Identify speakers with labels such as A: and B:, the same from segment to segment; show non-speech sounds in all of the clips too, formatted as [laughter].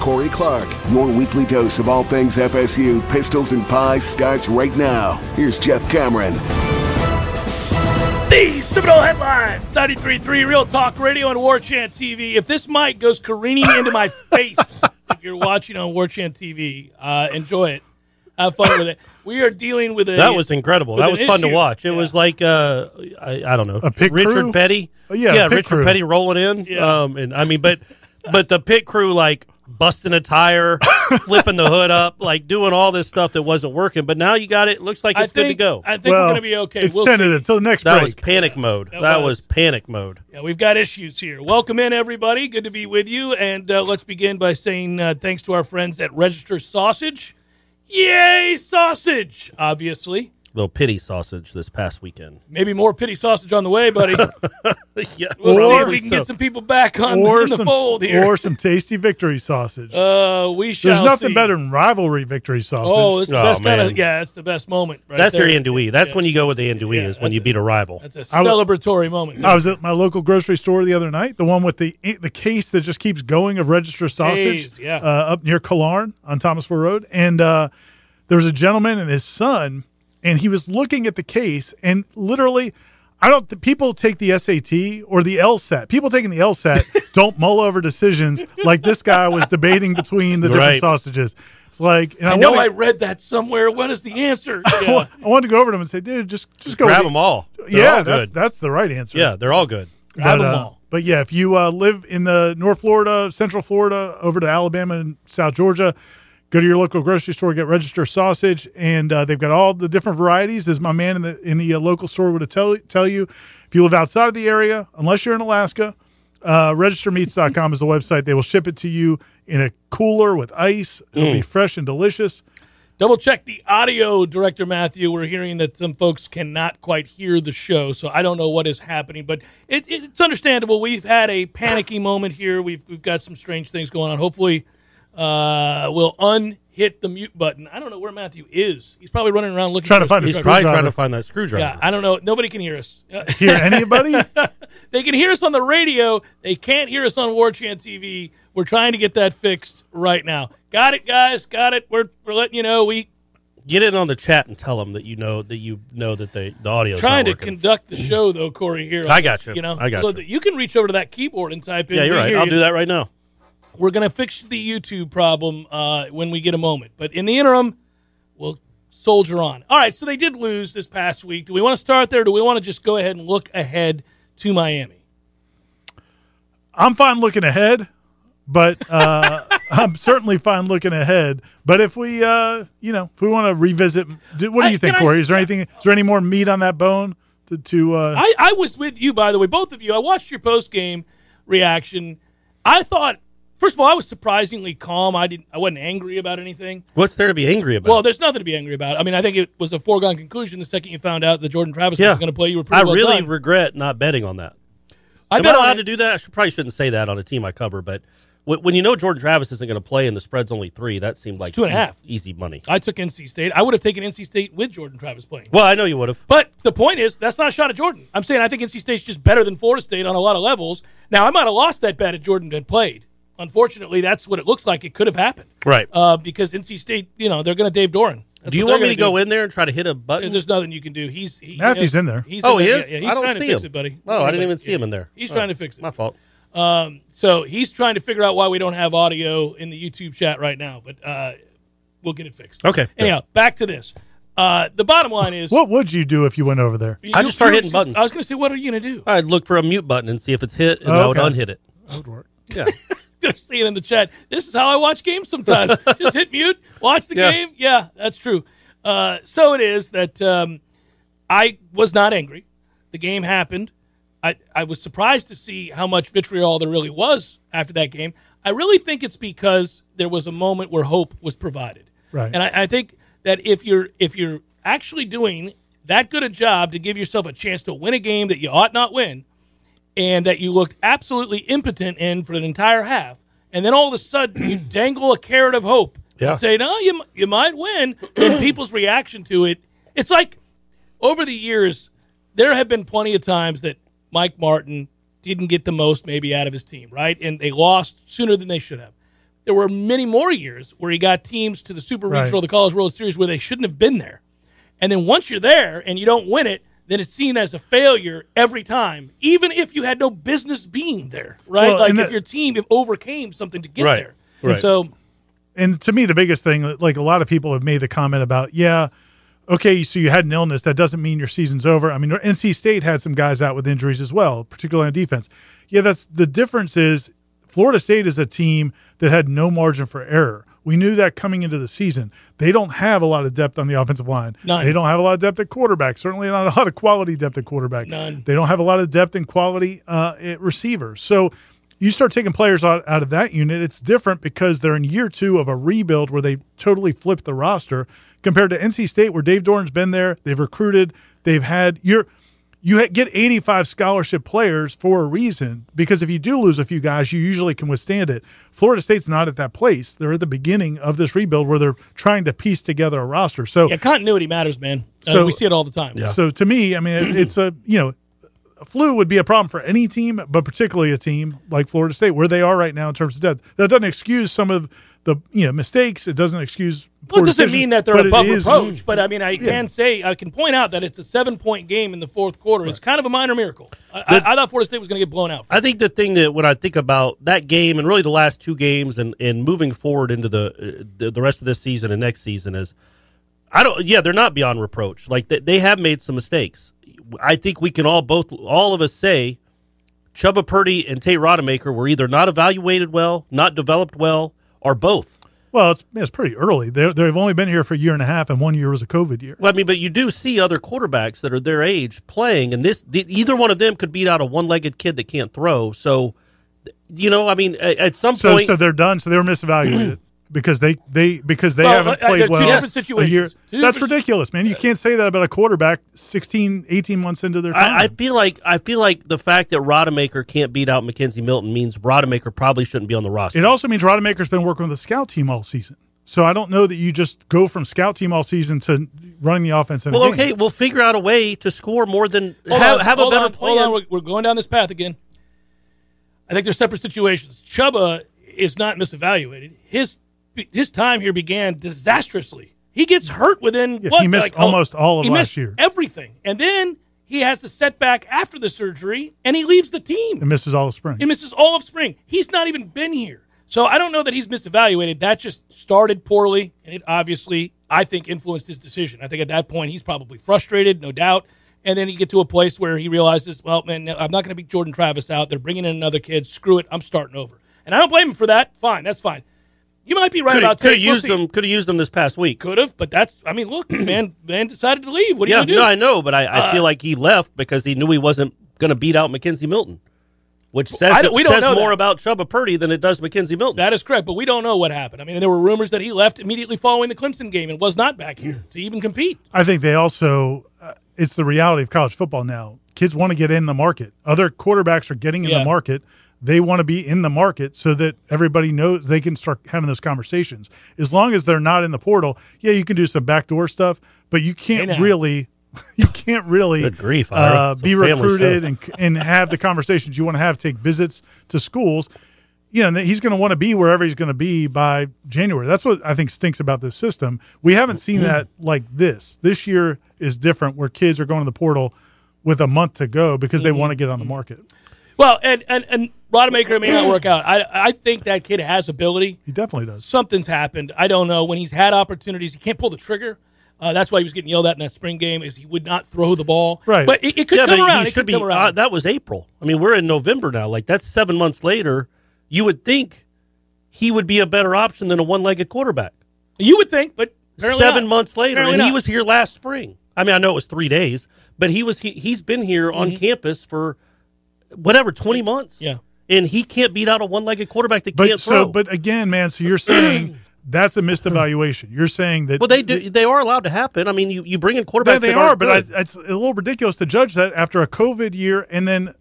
A: Corey Clark. Your weekly dose of all things FSU, pistols, and pies starts right now. Here's Jeff Cameron.
B: The Seminole Headlines, 93.3 Real Talk Radio and War Chant TV. If this mic goes careening into my face, if you're watching on War Chant TV, uh, enjoy it. Have fun with it. We are dealing with a...
C: That was incredible.
B: with
C: That
B: an
C: was fun to
B: issue.
C: watch. It
B: Yeah.
C: was like uh, I, I don't know,
D: A pit
C: Richard
D: crew?
C: Petty.
D: Oh, yeah, a pit
C: Richard
D: crew.
C: Petty rolling in.
B: Yeah.
C: Um, and I mean, but but the pit crew like busting
D: [laughs]
C: a tire, flipping the hood up, like doing all this stuff that wasn't working. But now you got it. Looks like
B: I
C: it's
B: think,
C: good to go.
B: I think we're going to be okay. We'll
D: extended
B: see.
D: it till the next
C: that was
D: break.
C: panic mode. That,
B: was.
C: was. panic mode.
B: Yeah, we've got issues here. Welcome in, everybody. Good to be with you. And uh, let's begin by saying uh, thanks to our friends at Register Sausage. Yay, sausage, obviously.
C: Little pity sausage this past
B: [laughs]
C: weekend.
B: Maybe more pity sausage on the way, buddy.
C: yeah,
B: We'll see if
C: probably
B: we can
C: so.
B: get some people back on in the fold here.
D: or some tasty victory sausage.
B: uh, we shall.
D: There's nothing
B: see.
D: better than rivalry victory sausage.
B: Oh, it's the
C: Oh,
B: best kind
C: man.
B: of. Yeah, it's the best moment. Right
C: That's
B: there.
C: your andouille. E. That's when you go with the andouille
B: Yeah,
C: E is when
B: that's
C: you
B: it.
C: beat a rival.
B: That's a
D: I w-
B: celebratory moment.
D: I was at my local grocery store the other night, the one with the the case that just keeps going of register sausage
B: Jeez, yeah.
D: uh, up near Killarn on Thomasville Road. And uh, there was a gentleman and his son, and he was looking at the case, and literally, I don't, the people take the SAT or the LSAT. People taking the
B: [laughs]
D: LSAT don't mull over decisions like this guy was debating between the different
C: Right.
D: sausages. It's like, and I,
B: I know
D: wanted-
B: I read that somewhere. What is the answer? Yeah.
D: [laughs] I wanted to go over to him and say, dude, just, just go
C: Grab
D: with the-
C: them all. They're
D: Yeah,
C: all
D: that's,
C: good.
D: that's the right answer.
C: yeah, they're all good.
B: Grab
D: but,
B: 'em
D: uh,
B: all.
D: but yeah, if you uh, live in the North Florida, Central Florida, over to Alabama and South Georgia, go to your local grocery store, get register sausage, and uh, they've got all the different varieties. As my man in the in the uh, local store would tell tell you, if you live outside of the area, unless you're in Alaska, uh, registermeats.com is the website. They will ship it to you in a cooler with ice. It'll
B: Mm.
D: be fresh and delicious.
B: Double check the audio, Director Matthew. We're hearing that some folks cannot quite hear the show, so I don't know what is happening, but it, it's understandable. We've had a panicky moment here. We've we've got some strange things going on. Hopefully, uh, we'll unhit the mute button. I don't know where Matthew is. He's probably running around looking
D: Trying to
B: for
D: find
B: his
D: his
C: He's
B: screwdriver.
D: Screwdriver.
C: probably trying to find that screwdriver.
B: Yeah, I don't know. Nobody can
D: [laughs]
B: hear us.
D: Here, anybody?
B: [laughs] they can hear us on the radio. They can't hear us on War Chant TV. We're trying to get that fixed right now. Got it, guys. Got it. We're, we're letting you know we
C: Get in on the chat and tell them that you know that you know that they, the audio
B: trying to
C: not working.
B: conduct the show though, Corey. Here,
C: I got you.
B: You know,
C: I got
B: Look,
C: you.
B: can reach over to that keyboard and type in.
C: yeah, you're
B: We
C: right.
B: hear
C: I'll
B: you.
C: do that right now.
B: We're gonna fix the YouTube problem uh, when we get a moment, but in the interim, we'll soldier on. All right. So they did lose this past week. Do we want to start there? Or do we want to just go ahead and look ahead to Miami?
D: I'm fine looking ahead, but uh, [laughs] I'm certainly fine looking ahead. But if we, uh, you know, if we want to revisit, do, what do
B: I-
D: you think,
B: can I
D: Corey?
B: s-
D: Is there anything? Is there any more meat on that bone? To, to uh,
B: I, I was with you, by the way, both of you. I watched your post game reaction. I thought, first of all, I was surprisingly calm. I didn't, I wasn't angry about anything.
C: What's there to be angry about?
B: Well, there's nothing to be angry about. I mean, I think it was a foregone conclusion the second you found out that Jordan Travis
C: yeah,
B: was going to play. You were pretty
C: I
B: well
C: really
B: done.
C: regret not betting on that.
B: I
C: Am
B: bet
C: I
B: on
C: allowed
B: it.
C: to do that? I should, probably shouldn't say that on a team I cover, but w- when you know Jordan Travis isn't going to play and the spread's only three, that seemed like
B: two and a
C: eas-
B: half.
C: easy money.
B: I took NC State. I would have taken NC State with Jordan Travis playing.
C: Well, I know you would have.
B: But the point is, that's not a shot at Jordan. I'm saying I think NC State's just better than Florida State on a lot of levels. Now, I might have lost that bet if Jordan had played. Unfortunately, that's what it looks like. It could have happened.
C: Right.
B: Uh, because NC State, you know, they're going to Dave Doran. That's
C: do you
B: what
C: want
B: they're
C: me to
B: gonna
C: go
B: do.
C: in there and try to hit a
B: Yeah,
C: button?
B: There's nothing you can do. He's he,
D: Matthew's in there.
B: He's
C: oh, he
B: there.
C: is.
B: Yeah, yeah, he's
C: I don't
B: trying
C: see
B: to fix
C: him.
B: it, buddy.
C: Oh, I didn't
B: Yeah,
C: even see
B: yeah.
C: him in there.
B: He's
C: Oh,
B: trying to fix it.
C: My fault.
E: Um, so he's trying to figure out why we don't have audio in the YouTube chat right now, but uh, we'll get it fixed.
C: Okay.
E: Anyhow, back to this. Uh, the bottom line is.
B: What would you do if you went over there?
C: I
E: you-
C: just start
E: you-
C: hitting buttons.
E: I was going to say, what are you going to do?
C: I'd look for a mute button and see if it's hit, and I would
B: Oh, Okay.
C: unhit it.
B: That would work.
C: Yeah.
E: [laughs] they're saying in the chat, this is how I watch games sometimes. Just hit mute, watch the
C: Yeah.
E: game. Yeah, that's true. Uh, so it is that um, I was not angry. The game happened. I, I was surprised to see how much vitriol there really was after that game. I really think it's because there was a moment where hope was provided.
B: Right.
E: And I, I think that if you're if you're actually doing that good a job to give yourself a chance to win a game that you ought not win, and that you looked absolutely impotent in for an entire half, and then all of a sudden you dangle a carrot of hope
C: Yeah.
E: and say, "No, you m- you might win," and people's reaction to it, it's like over the years there have been plenty of times that Mike Martin didn't get the most maybe out of his team, right? And they lost sooner than they should have. There were many more years where he got teams to the Super
B: Right.
E: Regional, the College World Series, where they shouldn't have been there. And then once you're there and you don't win it, then it's seen as a failure every time, even if you had no business being there, right?
B: Well,
E: like if
B: and that-
E: your team overcame something to get
C: Right,
E: there.
C: right.
E: So
B: And to me, the biggest thing, that, like a lot of people have made the comment about, yeah, okay, so you had an illness. That doesn't mean your season's over. I mean, NC State had some guys out with injuries as well, particularly on defense. Yeah, that's the difference is Florida State is a team that had no margin for error. We knew that coming into the season. They don't have a lot of depth on the offensive line.
E: None.
B: They don't have a lot of depth at quarterback. Certainly not a lot of quality depth at quarterback.
E: None.
B: They don't have a lot of depth and quality uh, at receivers. So you start taking players out, out of that unit. It's different because they're in year two of a rebuild where they totally flipped the roster compared to NC State, where Dave Dorn's been there. They've recruited. They've had you're you ha- get 85 scholarship players for a reason because if you do lose a few guys, you usually can withstand it. Florida State's not at that place. They're at the beginning of this rebuild where they're trying to piece together a roster. So
E: yeah, continuity matters, man. Uh,
B: So-
E: we see it all the time.
B: so to me, I mean, it, it's a you know, a flu would be a problem for any team, but particularly a team like Florida State, where they are right now in terms of depth. That doesn't excuse some of the you know mistakes. It doesn't excuse.
E: Well,
B: poor
E: it doesn't
B: decisions,
E: mean that they're
B: but it
E: above
B: is-
E: reproach, but I mean, I can say, I can point out that it's a seven point game in the fourth quarter. It's kind of a minor miracle. I, I, I thought Florida State was going to get blown out.
C: I think the thing that when I think about that game and really the last two games and, and moving forward into the, uh, the the rest of this season and next season is I don't yeah they're not beyond reproach like they, they have made some mistakes I think we can all both all of us say Chuba Purdy and Tate Rodemaker were either not evaluated well not developed well or both
B: Well, it's it's pretty early. They they've only been here for a year and a half, and one year was a COVID year.
C: well I mean but you do see other quarterbacks that are their age playing and this the, either one of them could beat out a one legged kid that can't throw so you know I mean at, at some
B: So
C: point
B: so they're done. So they were
E: [clears throat]
B: misevaluated. Because they they because they
E: Well,
B: haven't
E: uh,
B: played
E: they're two
B: well.
E: different
B: a
E: situations.
B: year.
E: Two
B: That's
E: different-
B: ridiculous, man. You can't say that about a quarterback 16, 18 months into their time.
C: I, I feel like I feel like the fact that Rodemaker can't beat out Mackenzie Milton means Rodemaker probably shouldn't be on the roster.
B: It also means Rodemaker's been working with the scout team all season. So I don't know that you just go from scout team all season to running the offense. In a
C: well,
B: game.
C: okay, we'll figure out a way to score more than
E: Hold
C: have,
E: on,
C: have a
E: hold
C: better
E: on,
C: plan.
E: Hold on, we're, we're going down this path again. I think they're separate situations. Chuba is not misevaluated. His his time here began disastrously. He gets hurt within
B: Yeah,
E: what
B: he missed
E: like, oh,
B: almost all of
E: he
B: last
E: missed
B: year.
E: Everything, and then he has the setback after the surgery, and he leaves the team.
B: And misses all of spring.
E: He misses all of spring. He's not even been here. So I don't know that he's misevaluated. That just started poorly, and it obviously, I think, influenced his decision. I think at that point he's probably frustrated, no doubt. And then you get to a place where he realizes, well, man, I'm not going to beat Jordan Travis out. They're bringing in another kid. Screw it. I'm starting over. And I don't blame him for that. Fine, that's fine. You might be right
C: Could
E: about
C: have
E: Tate. We'll
C: used
E: see.
C: them. Could have used them this past week.
E: Could have, but that's. I mean, look, man, man decided to leave. What do
C: yeah,
E: you gonna do? Uh,
C: no, I know, but I, I feel like he left because he knew he wasn't going to beat out Mackenzie Milton, which says
E: I don't- we don't
C: says
E: know
C: more
E: that.
C: about Chuba Purdy than it does Mackenzie Milton.
E: That is correct, but we don't know what happened. I mean, there were rumors that he left immediately following the Clemson game and was not back here to even compete.
B: I think they also, uh, it's the reality of college football now. Kids want to get in the market. Other quarterbacks are getting in
E: Yeah.
B: the market. They want to be in the market so that everybody knows they can start having those conversations. As long as they're not in the portal, yeah, you can do some backdoor stuff, but you
E: Hey,
B: can't
E: now.
B: really, [laughs] you can't really
C: Good grief, Ira.
B: uh,
C: It's a
B: be
C: family
B: recruited
C: show.
B: and and have the conversations you want to have. Take visits to schools. You know, and he's going to want to be wherever he's going to be by January. That's what I think stinks about this system. We haven't seen that like this. This year
E: Mm-hmm.
B: is different, where kids are going to the portal with a month to go because they want to get on the market.
E: Well, and and and Rodemaker may not work out. I I think that kid has ability.
B: He definitely does.
E: Something's happened. I don't know. When he's had opportunities, he can't pull the trigger. Uh, that's why he was getting yelled at in that spring game. Is he would not throw the ball.
B: Right.
E: But it, it could
C: yeah,
E: come
C: but
E: around.
C: he
E: It
C: should
E: could
C: be.
E: come
C: Uh,
E: around.
C: that was April. I mean, we're in November now. Like that's seven months later. You would think he would be a better option than a one-legged quarterback.
E: you would think, but apparently
C: seven
E: not.
C: months later,
E: Apparently
C: and he
E: not.
C: was here last spring. I mean, I know it was three days, but he was he, he's been here on campus for whatever twenty months.
E: Mm-hmm. Yeah.
C: and he can't beat out a one-legged quarterback that
B: But
C: can't
B: so,
C: throw.
B: but again, man. So you're saying that's a missed evaluation. You're saying that.
C: well, they do. They are allowed to happen. I mean, you, you bring in quarterbacks.
B: Yeah, they
C: that
B: are,
C: aren't
B: but I,
C: good.
B: it's a little ridiculous to judge that after a COVID year and then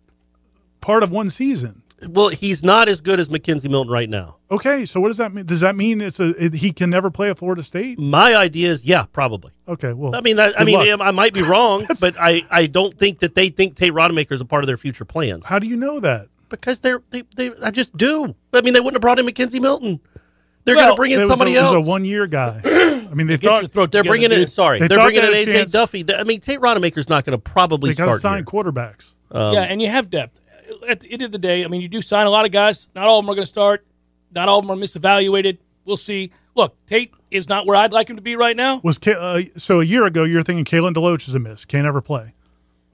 B: part of one season.
C: well, he's not as good as Mackenzie Milton right now.
B: Okay, so what does that mean? Does that mean it's a it, he can never play at Florida State?
C: My idea is, yeah, probably.
B: Okay, well,
C: I mean, that, I
B: good
C: mean,
B: luck.
C: I might be
B: [laughs]
C: wrong, but I, I don't think that they think Tate Rodemaker is a part of their future plans
B: how do you know that?
C: because they're they, they I just do. I mean, they wouldn't have brought in Mackenzie Milton. They're going
E: Well,
C: to bring
B: It
C: in
B: was
C: somebody
B: a, it was
C: else.
B: a one
C: [clears throat]
B: year guy. I mean, they
E: Get your
B: thought
E: throat
C: they're
E: together,
C: bringing in
E: dude.
C: sorry,
B: They
C: they are
B: thought
C: bringing
B: they
C: in
B: had a
C: AJ
B: chance.
C: Duffy. Th- I mean, Tate Rodemaker's not going to probably
B: they got to
C: start.
B: sign
C: here.
B: quarterbacks.
E: yeah, and you have depth. At the end of the day, I mean, you do sign a lot of guys. Not all of them are going to start. Not all of them are misevaluated. We'll see. Look, Tate is not where I'd like him to be right now.
B: Was Ka- uh, so a year ago you were thinking Kalen DeLoach is a miss, can't ever play.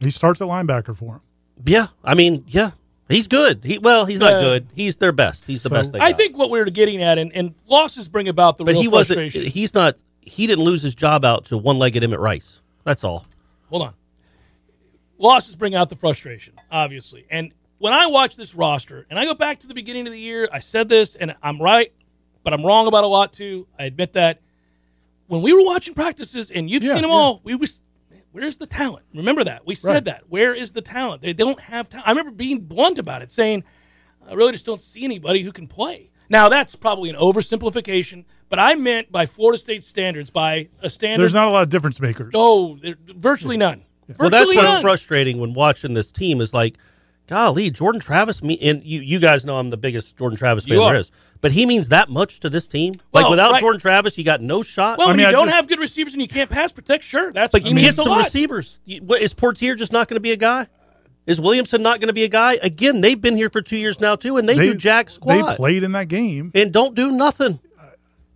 B: He starts at linebacker for him.
C: Yeah, I mean, yeah, he's good. He well, he's not
E: Uh,
C: good. He's their best. He's the best. They
E: I
C: got.
E: think what we were getting at, and, and losses bring about the
C: but
E: real
C: he wasn't.
E: frustration.
C: He's not. He didn't lose his job out to one-legged Emmett Rice. That's all.
E: Hold on. Losses bring out the frustration, obviously. And when I watch this roster, and I go back to the beginning of the year, I said this, and I'm right, but I'm wrong about a lot too. I admit that. When we were watching practices, and you've
B: Yeah,
E: seen them
B: yeah.
E: all, we was. Where's the talent? Remember that we said
B: Right.
E: that. Where is the talent? They don't have talent. I remember being blunt about it, saying, "I really just don't see anybody who can play." Now that's probably an oversimplification, but I meant by Florida State standards, by a standard
B: There's not a lot of difference makers.
E: no, there- virtually none. Virtually
C: Well, that's what's
E: none.
C: frustrating when watching this team is like, golly, Jordan Travis. Me and you, you guys know I'm the biggest Jordan Travis fan
E: You are.
C: there is, but he means that much to this team. Like
E: Well,
C: without
E: right.
C: Jordan Travis, you got no shot.
E: Well,
B: I
E: when
B: mean,
E: you
B: I
E: don't
B: just-
E: have good receivers and you can't pass protect, sure, that's
C: but
E: he
C: you
E: means
C: get
E: a
C: some
E: lot.
C: receivers. You- what, is Portier just not going to be a guy? Is Williamson not going to be a guy? Again, they've been here for two years now too, and they, do jack squat
B: They played in that game.
C: and don't do nothing.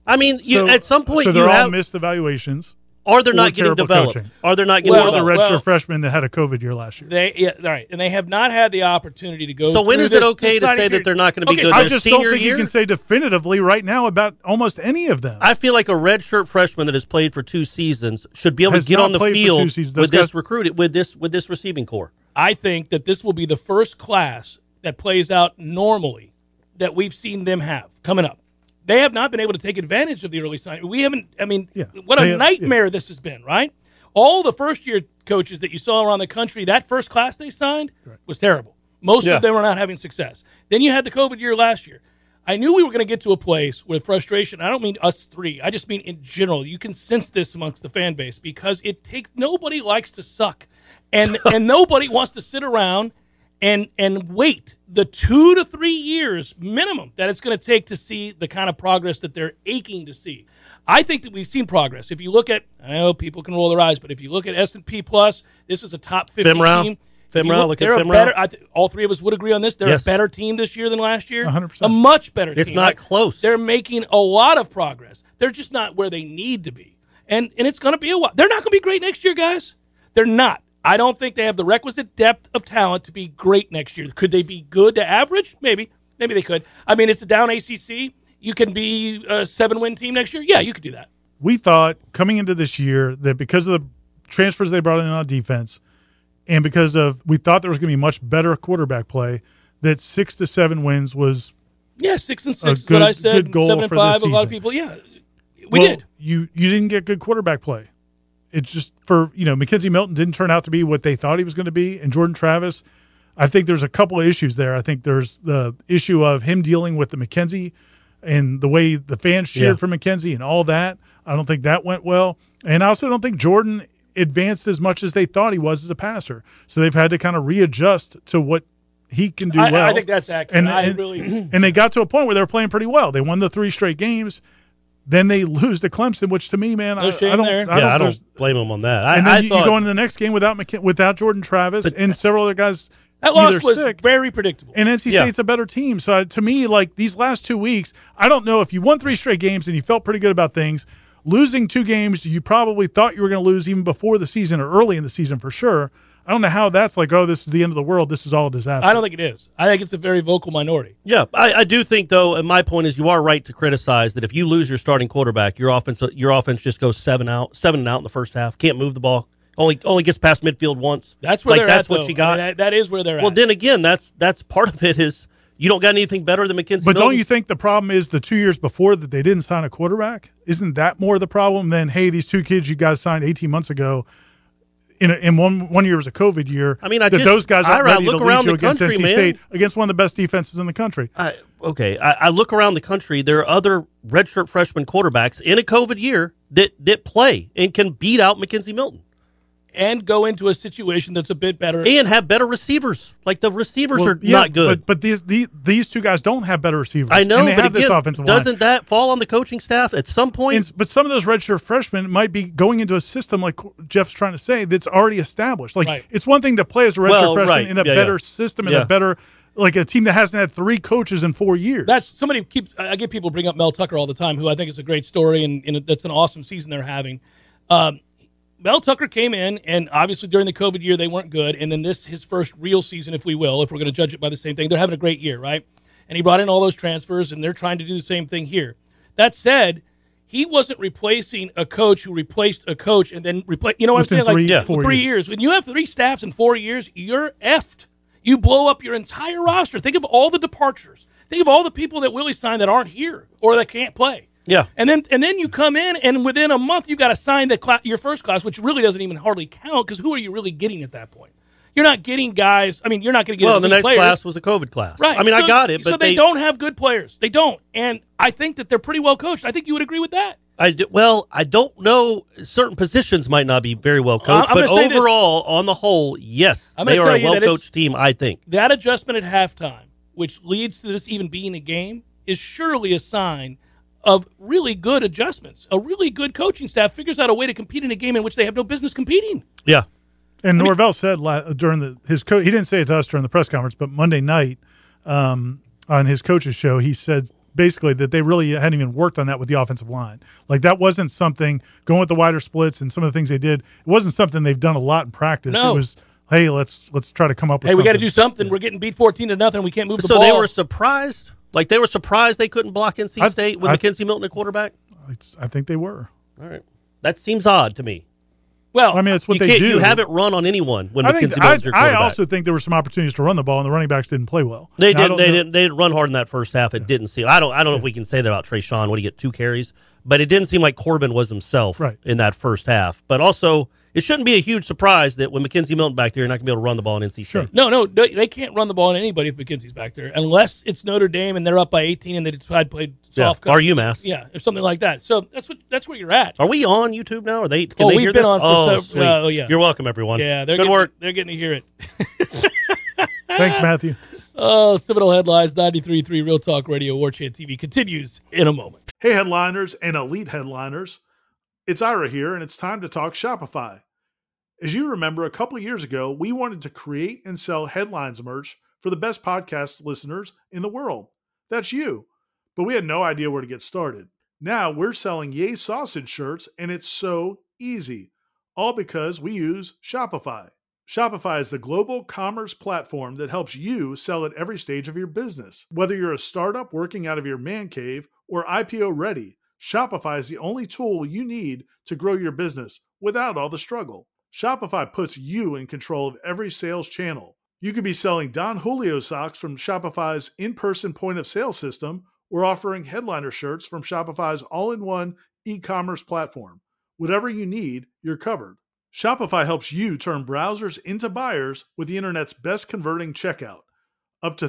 C: I mean, you,
B: So-
C: at some point,
B: so
C: you
B: they're all
C: have
B: missed evaluations.
C: are they
B: or
C: not getting
B: terrible
C: developed?
B: coaching.
C: Are they not getting
E: Well,
B: Or the
C: developed?
B: redshirt
E: well-
B: freshman that had a COVID year last year.
E: They, yeah, all right, and they have not had the opportunity to go.
C: So when
E: through
C: is it
E: this
C: okay to
E: deciding
C: say that
E: period.
C: they're not gonna be
E: Okay,
C: good
E: so-
B: I
C: their
B: just don't
C: senior
B: think you
C: year?
B: can say definitively right now about almost any of them.
C: I feel like a redshirt freshman that has played for two seasons should be able
B: Has
C: to get
B: not
C: on the
B: played for two
C: field
B: seasons. Those
C: with this
B: guys-
C: recruited with this with this receiving core.
E: I think that this will be the first class that plays out normally that we've seen them have coming up. They have not been able to take advantage of the early sign. We haven't. I mean,
B: Yeah.
E: what a
B: They- yeah.
E: nightmare this has been, right? All the first year coaches that you saw around the country, that first class they signed was terrible. Most
C: Yeah.
E: of them were not having success. Then you had the COVID year last year. I knew we were going to get to a place where frustration. I don't mean us three. I just mean in general. You can sense this amongst the fan base because it takes nobody likes to suck,
B: [laughs]
E: and and nobody wants to sit around and and wait the two to three years minimum that it's going to take to see the kind of progress that they're aching to see. I think that we've seen progress. If you look at, I know people can roll their eyes, but if you look at S and P Plus, this is a top fifty
C: FIMRA.
E: team.
C: FIMRA,
E: If you
C: look at
E: they're a
C: FIMRA.
E: better. I th- all three of us would agree on this. They're
C: Yes.
E: a better team this year than last year.
B: 100%.
E: A much better
C: It's
E: team.
C: not close.
E: They're making a lot of progress. They're just not where they need to be. And and it's going to be a while. They're not going to be great next year, guys. They're not. I don't think they have the requisite depth of talent to be great next year. Could they be good to average? Maybe. Maybe they could. I mean, it's a down ACC. You can be a seven win team next year. Yeah, you could do that.
B: we thought coming into this year that because of the transfers they brought in on defense and because of we thought there was going to be much better quarterback play that six to seven wins was
E: Yeah, six and six is
B: good-
E: what I said.
B: good goal
E: seven and
B: for this
E: five. A lot
B: season.
E: of people. Yeah, we
B: well,
E: did.
B: you you didn't get good quarterback play it's just for you know Mackenzie Milton didn't turn out to be what they thought he was going to be and Jordan Travis I think there's a couple of issues there I think there's the issue of him dealing with the Mackenzie and the way the fans cheered
C: Yeah.
B: for Mackenzie and all that I don't think that went well and I also don't think Jordan advanced as much as they thought he was as a passer so they've had to kind of readjust to what he can do
E: I,
B: well
E: I think that's accurate.
B: And-
E: I
B: and-
E: really.
B: [clears throat] and they got to a point where they were playing pretty well. They won the three straight games. Then they [laughs] lose to Clemson, which to me, man, I, I
E: shame
B: don't.
E: there.
B: I
C: yeah, I
B: don't. there's-
C: don't blame him on that. I,
B: and then
C: I
B: you,
C: thought
B: you go into the next game without McKin- without Jordan Travis and several other guys
E: That loss
B: either
E: was
B: sick.
E: very predictable.
B: and NC
C: Yeah.
B: State's a better team. So uh, to me, like these last two weeks, I don't know if you won three straight games and you felt pretty good about things. Losing two games you probably thought you were going to lose even before the season or early in the season for sure. I don't know how that's like. Oh, this is the end of the world. This is all a disaster.
E: I don't think it is. I think it's a very vocal minority.
C: Yeah, I, I do think though, and my point is, you are right to criticize that if you lose your starting quarterback, your offense your offense just goes seven out, seven and out in the first half, can't move the ball, only only gets past midfield once.
E: That's where
C: like
E: they're
C: that's
E: at,
C: what
E: though.
C: you got.
E: I mean, that- that is where they're
C: well,
E: at.
C: then again, that's that's part of it is you don't got anything better than McKenzie.
B: But don't
C: Milton.
B: you think the problem is the two years before that they didn't sign a quarterback? Isn't that more the problem than hey, these two kids you guys signed eighteen months ago? In, a, in one one year was a COVID year.
C: I mean, I
B: that
C: just-
B: those guys aren't
C: Ira, I
B: ready
C: look
B: to lead
C: around
B: you
C: the
B: against
C: country,
B: NC
C: man.
B: State against one of the best defenses in the country.
C: I, okay, I, I look around the country. There are other redshirt freshman quarterbacks in a COVID year that that play and can beat out McKenzie Milton
E: And go into a situation that's a bit better.
C: and have better receivers. Like the receivers
B: Well,
C: are
B: yeah,
C: not good.
B: But, but these, these these two guys don't have better receivers.
C: I know,
B: and they
C: but
B: have
C: again,
B: this offensive
C: doesn't
B: line.
C: that fall on the coaching staff at some point?
B: And- but some of those redshirt freshmen might be going into a system like Jeff's trying to say that's already established. Like
E: Right.
B: it's one thing to play as a redshirt
C: Well,
B: freshman
C: right.
B: in a
C: Yeah,
B: better
C: yeah.
B: system in
C: Yeah.
B: a better like a team that hasn't had three coaches in four years.
E: That's somebody keeps. I I get people bring up Mel Tucker all the time, who I think is a great story, and, and that's an awesome season they're having. Um, Mel Tucker came in, and obviously during the COVID year they weren't good, and then this his first real season, if we will, if we're going to judge it by the same thing. They're having a great year, right? And he brought in all those transfers, and they're trying to do the same thing here. That said, he wasn't replacing a coach who replaced a coach, and then replace. You know what
B: Within
E: I'm saying?
B: three-
E: like
B: Yeah. four
E: three
B: years.
E: years years. When you have three staffs in four years, you're effed. You blow up your entire roster. Think of all the departures. Think of all the people that Willie signed that aren't here or that can't play.
C: Yeah.
E: and then and then you come in, and within a month you got to sign the cla- your first class, which really doesn't even hardly count because who are you really getting at that point? You're not getting guys. I mean, you're not going to get
C: well, the
E: elite
C: next
E: players.
C: class was the COVID class.
E: right?
C: I mean,
E: So-
C: I got it, but
E: so they, don't have good players. They don't, and I think that they're pretty well coached. I think you would agree with that.
C: I do, well, I don't know. Certain positions might not be very well
E: I'm-
C: coached,
E: I'm
C: but
E: gonna say this.
C: overall, on the whole, yes,
E: I'm
C: they
E: gonna
C: are a
E: tell you that
C: well
E: it's-
C: coached team. I think.
E: that adjustment at halftime, which leads to this even being a game, is surely a sign of really good adjustments. A really good coaching staff figures out a way to compete in a game in which they have no business competing.
C: Yeah,
B: And Norvell said la- during the his co- he didn't say it to us during the press conference, but Monday night um, on his coach's show, he said basically that they really hadn't even worked on that with the offensive line. Like that wasn't something going with the wider splits and some of the things they did. It wasn't something they've done a lot in practice.
E: No.
B: It was hey, let's let's try to come up with.
E: Hey, we got to
B: something.
E: do something. We're getting beat fourteen to nothing. We can't move the
C: so
E: ball.
C: they were surprised. Like they were surprised they couldn't block NC
B: I-
C: State with
B: I-
C: McKenzie Milton at quarterback.
B: I think they were.
C: All right, that seems odd to me.
E: well,
B: I mean, it's what
C: you
B: they
C: can't-
B: do.
C: You haven't run on anyone when
B: I
C: McKenzie
B: think I,
C: Milton's your
B: I
C: quarterback.
B: also think there were some opportunities to run the ball, and the running backs didn't play well.
C: They
B: Now, I
C: didn't.
B: don't
C: They
B: know-
C: didn't. They didn't run hard in that first half. It didn't seem. I don't. I don't know if we can say that about Trayshawn. What he get two carries, but it didn't seem like Corbin was himself
B: Right.
C: in that first half. But also, it shouldn't be a huge surprise that when McKenzie Milton back there, you're not going to be able to run the ball in NC State.
E: no, no, no, they can't run the ball on anybody if McKenzie's back there, unless it's Notre Dame and they're up by eighteen and they decide to play
C: Yeah.
E: soft.
C: Or
E: coverage.
C: UMass.
E: Yeah, or something like that. So that's what that's where you're at.
C: Are we on YouTube now? Are they? Can
E: Oh,
C: they
E: we've
C: hear
E: been
C: this?
E: on for
C: oh,
E: sev-
C: sweet.
E: oh, yeah.
C: You're welcome, everyone.
E: Yeah, they're
C: good
E: getting,
C: work.
E: They're getting to hear it.
B: Thanks, Matthew.
E: Oh, Seminole Headlines 93.3 Real Talk Radio War Chant TV continues in a moment.
F: Hey, headliners and elite headliners. It's Ira here, and it's time to talk Shopify. As you remember, a couple years ago, we wanted to create and sell headlines merch for the best podcast listeners in the world. That's you. But we had no idea where to get started. Now we're selling Yay Sausage shirts, and it's so easy, all because we use Shopify. Shopify is the global commerce platform that helps you sell at every stage of your business. Whether you're a startup working out of your man cave or IPO ready, Shopify is the only tool you need to grow your business without all the struggle. Shopify puts you in control of every sales channel. You could be selling Don Julio socks from Shopify's in person point of sale system or offering headliner shirts from Shopify's all in one e commerce platform. Whatever you need, you're covered. Shopify helps you turn browsers into buyers with the internet's best converting checkout, up to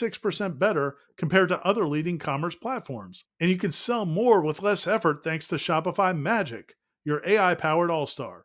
F: 36% better compared to other leading commerce platforms. And you can sell more with less effort thanks to Shopify Magic, your AI powered all star.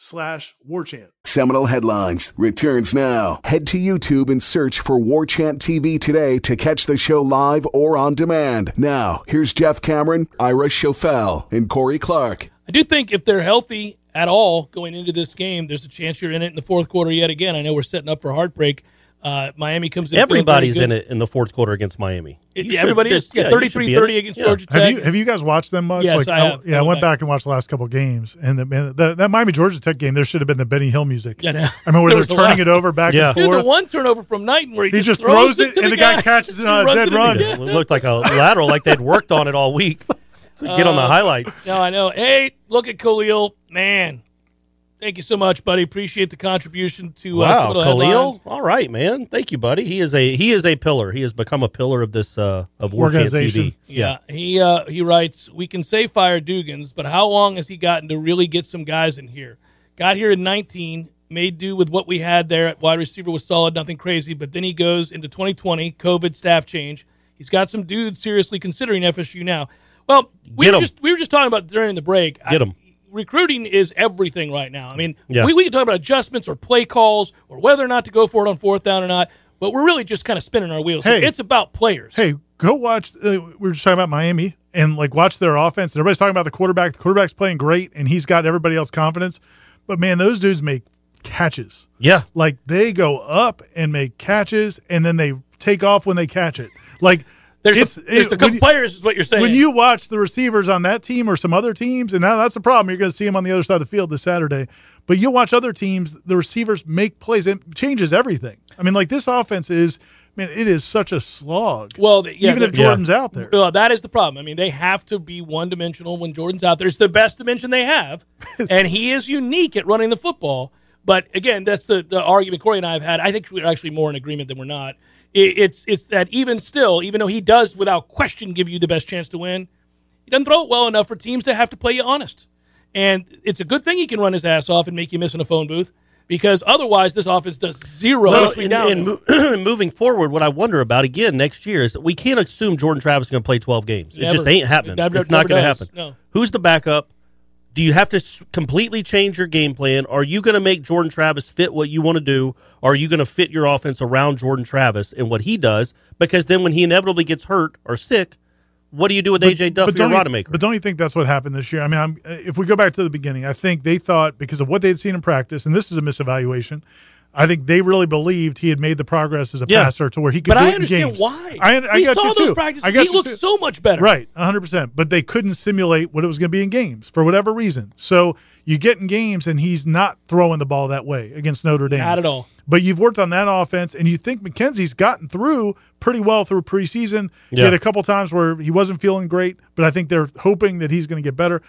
F: slash warchant.
A: Seminal Headlines returns now. Head to YouTube and search for War Chant TV today to catch the show live or on demand. Now, here's Jeff Cameron, Ira Schofel, and Corey Clark.
E: I do think if they're healthy at all going into this game, there's a chance you're in it in the fourth quarter yet again. I know we're setting up for heartbreak. Uh, Miami comes in. feeling pretty
C: Everybody's
E: good.
C: in it in the fourth quarter against Miami.
E: It-
C: You
E: yeah,
C: should-
E: everybody is. Yeah,
C: you should be
E: 33
C: in
E: 30
C: it.
E: against
C: Yeah.
E: Georgia Tech.
B: Have you have you guys watched them much?
E: Yes, I have.
B: yeah, I
E: I
B: went
E: went
B: back and watched the last couple games, and the, man, that that Miami Georgia Tech game, there should have been the Benny Hill music.
E: Yeah, no.
B: I mean,
E: [laughs] There
B: where they're
E: was a
B: turning
E: lot.
B: it over back
C: Yeah.
B: and
E: Dude,
B: forth.
E: the one turnover from Knight where he,
B: He
E: just
B: just throws it,
E: to
B: and the guy catches it on a
E: runs
B: dead
E: to the
B: run.
E: guy.
C: It looked like a lateral, like they'd worked on it all
E: [laughs]
C: week. Get on the highlights.
E: No, I know. Hey, look at Khalil, man. Thank you so much, buddy. Appreciate the contribution to uh, some
C: Wow,
E: of the
C: Khalil!
E: headlines.
C: All right, man. Thank you, buddy. He is a he is a pillar. He has become a pillar of this uh, of War Chant
B: Organization.
C: TV.
E: Yeah, he uh, he writes. We can say fire Dugans, but how long has he gotten to really get some guys in here? Got here in 19, made do with what we had there. At wide receiver was solid, nothing crazy. But then he goes into 2020, COVID staff change. He's got some dudes seriously considering FSU now. Well, we
C: Get
E: were
C: 'em.
E: just we were just talking about during the break.
C: Get
E: I-
C: 'em.
E: recruiting is everything right now. I mean,
C: Yeah.
E: we, we can talk about adjustments or play calls or whether or not to go for it on fourth down or not, but we're really just kind of spinning our wheels.
B: Hey.
E: so it's about players.
B: Hey, go watch. Uh, we were just talking about Miami and like watch their offense. And everybody's talking about the quarterback. The quarterback's playing great, and he's got everybody else confidence. But man, those dudes make catches.
C: Yeah,
B: Like they go up and make catches, and then they take off when they catch it. Like
E: there's
B: it's,
E: the, there's
B: it-
E: the
B: when you-
E: players is what you're saying.
B: when you watch the receivers on that team or some other teams, and now that's the problem. You're going to see them on the other side of the field this Saturday. But you'll watch other teams, the receivers make plays. It changes everything. I mean, like this offense is, man, it is such a slog.
E: well, th- yeah,
B: even if
E: they're-
B: Jordan's out there.
E: Well, that is the problem. I mean, they have to be one dimensional when Jordan's out there. It's the best dimension they
B: [laughs]
E: have, and he is unique at running the football. But again, that's the, the argument Corey and I have had. I think we're actually more in agreement than we're not. It, it's it's that even still, even though he does without question give you the best chance to win, he doesn't throw it well enough for teams to have to play you honest. And it's a good thing he can run his ass off and make you miss in a phone booth because otherwise this offense does zero.
C: Well,
E: which we
C: and,
E: now know.
C: and mo- [clears throat] and moving forward, what I wonder about again next year is that we can't assume Jordan Travis is going to play 12 games. It
E: Never.
C: just ain't happening.
E: It never-
C: it's not
E: never
C: going to
E: does.
C: happen.
E: No.
C: Who's the backup? Do you have to s- completely change your game plan? Are you going to make Jordan Travis fit what you want to do? Are you going to fit your offense around Jordan Travis and what he does? Because then when he inevitably gets hurt or sick, what do you do with AJ Duffy
B: don't
C: or
B: you-
C: Rodemaker?
B: But don't you think that's what happened this year? I mean, I'm, if we go back to the beginning, I think they thought because of what they had seen in practice, and this is a misevaluation. I think they really believed he had made the progress as a
C: Yeah.
B: passer to where he could.
E: But
B: do it
E: I
B: in
E: understand
B: games.
E: why.
B: I, I
E: we
B: got
E: saw
B: you,
E: those
B: too.
E: practices.
B: I got
E: he
B: you,
E: looked
B: too.
E: so much better.
B: Right, 100%. But they couldn't simulate what it was going to be in games for whatever reason. So you get in games and he's not throwing the ball that way against Notre Dame.
E: Not at all.
B: But you've worked on that offense and you think McKenzie's gotten through pretty well through preseason. He
C: Yeah.
B: had a couple times where he wasn't feeling great, but I think they're hoping that he's going to get better.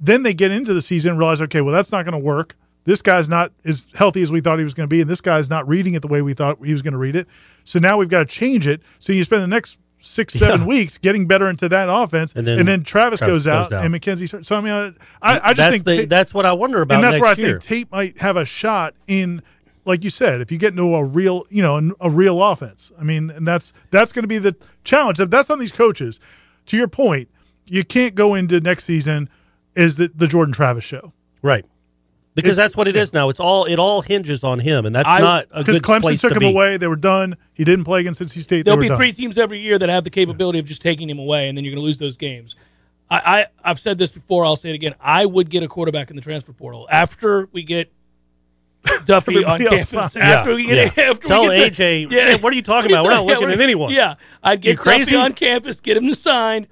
B: Then they get into the season and realize, okay, well, that's not going to work. This guy's not as healthy as we thought he was going to be, and this guy's not reading it the way we thought he was going to read it. So now we've got to change it. So you spend the next six, seven
C: Yeah.
B: weeks getting better into that offense,
C: And
B: and
C: then
B: then,
C: Travis
B: Travis, goes,
C: goes
B: out,
C: down.
B: and McKenzie. starts. So I mean, I, I, I just
C: that's
B: think
C: the,
B: Ta-
C: that's what I wonder about.
B: and that's
C: next
B: where I
C: year.
B: think Tate might have a shot in, like you said, if you get into a real, you know, an- a real offense. I mean, and that's that's going to be the challenge. If That's on these coaches. To your point, you can't go into next season is the, the Jordan Travis show
C: Right. Because
B: It's-
C: that's what it is now. It's all it all hinges on him, and that's
E: I-
C: not a
B: because
C: good
B: Clemson
C: place
B: took
C: to
B: him
C: be.
B: away. They were done. He didn't play against NC State.
E: There'll
B: they were
E: be
B: done.
E: three teams every year that have the capability of just taking him away, and then you're going to lose those games. I, I I've said this before. I'll say it again. I would get a quarterback in the transfer portal after we get
C: [laughs]
E: Duffy on
B: Everybody else
E: campus.
B: signed.
E: After
C: Yeah,
E: we get
C: yeah.
E: [laughs] after
C: Tell
E: we get the-
C: AJ, "Hey, what are you
E: [laughs]
C: talking
E: What
C: about? We're not
E: yeah,
C: looking
E: we're-
C: at anyone."
E: Yeah, I'd get
C: You crazy?
E: Duffy on campus, get him to sign.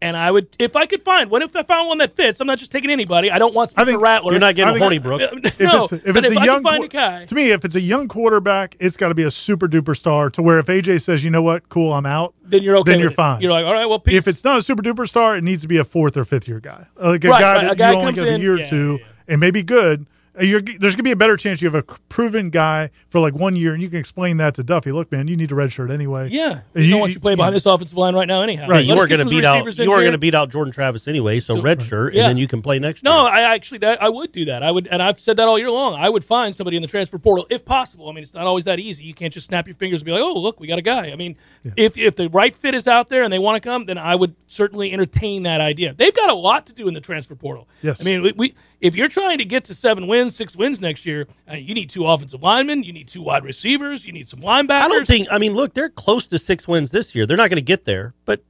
E: And I would, if I could find one, if I found one that fits, I'm not just taking anybody. I don't want Spencer
B: I think-
E: Rattler.
C: You're not
B: I
C: getting
B: think-
C: horny, Brooke.
B: [laughs] If
E: [laughs] no,
B: it's,
E: but
B: if it's
E: if
B: a
E: I can
B: young
E: find a
B: qu-
E: guy,
B: to me, if it's a young quarterback, it's got to be a super duper star to where if AJ says, you know what, cool, I'm out,
E: then you're okay.
B: Then
E: with
B: you're
E: it.
B: fine.
E: You're like, all right, well, peace.
B: if it's not a super duper star, it needs to be a fourth or fifth year guy, like a
E: Right,
B: guy
E: right,
B: that
E: a guy
B: you only
E: comes
B: give a
E: in-
B: year
E: yeah,
B: or two
E: yeah,
B: and maybe good, Uh, You're, there's gonna be a better chance you have a c- proven guy for like one year, and you can explain that to Duffy. Look, man, you need a red shirt anyway.
C: [laughs]
E: Yeah, you, know what you play behind this offensive line right now, anyhow.
C: Right, you
E: Let's
C: were
E: get
C: going to
E: some
C: beat out
E: receivers in
C: you were
E: here.
C: going to beat out Jordan Travis anyway, so,
E: So-
C: red shirt,
E: Yeah.
C: and then you can play next.
E: No,
C: year.
E: I actually that, I would do that. I would, and I've said that all year long. I would find somebody in the transfer portal if possible. I mean, it's not always that easy. You can't just snap your fingers and be like, "Oh, look, we got a guy." I mean, if if the right fit is out there and they want to come, then I would certainly entertain that idea. They've got a lot to do in the transfer portal.
B: Yes.
E: I mean, we, we if you're trying to get to seven wins, six wins next year, uh, you need two offensive linemen, you need two wide receivers, you need some linebackers.
C: I don't think. I mean, look, they're close to six wins this year. They're not going to get there, but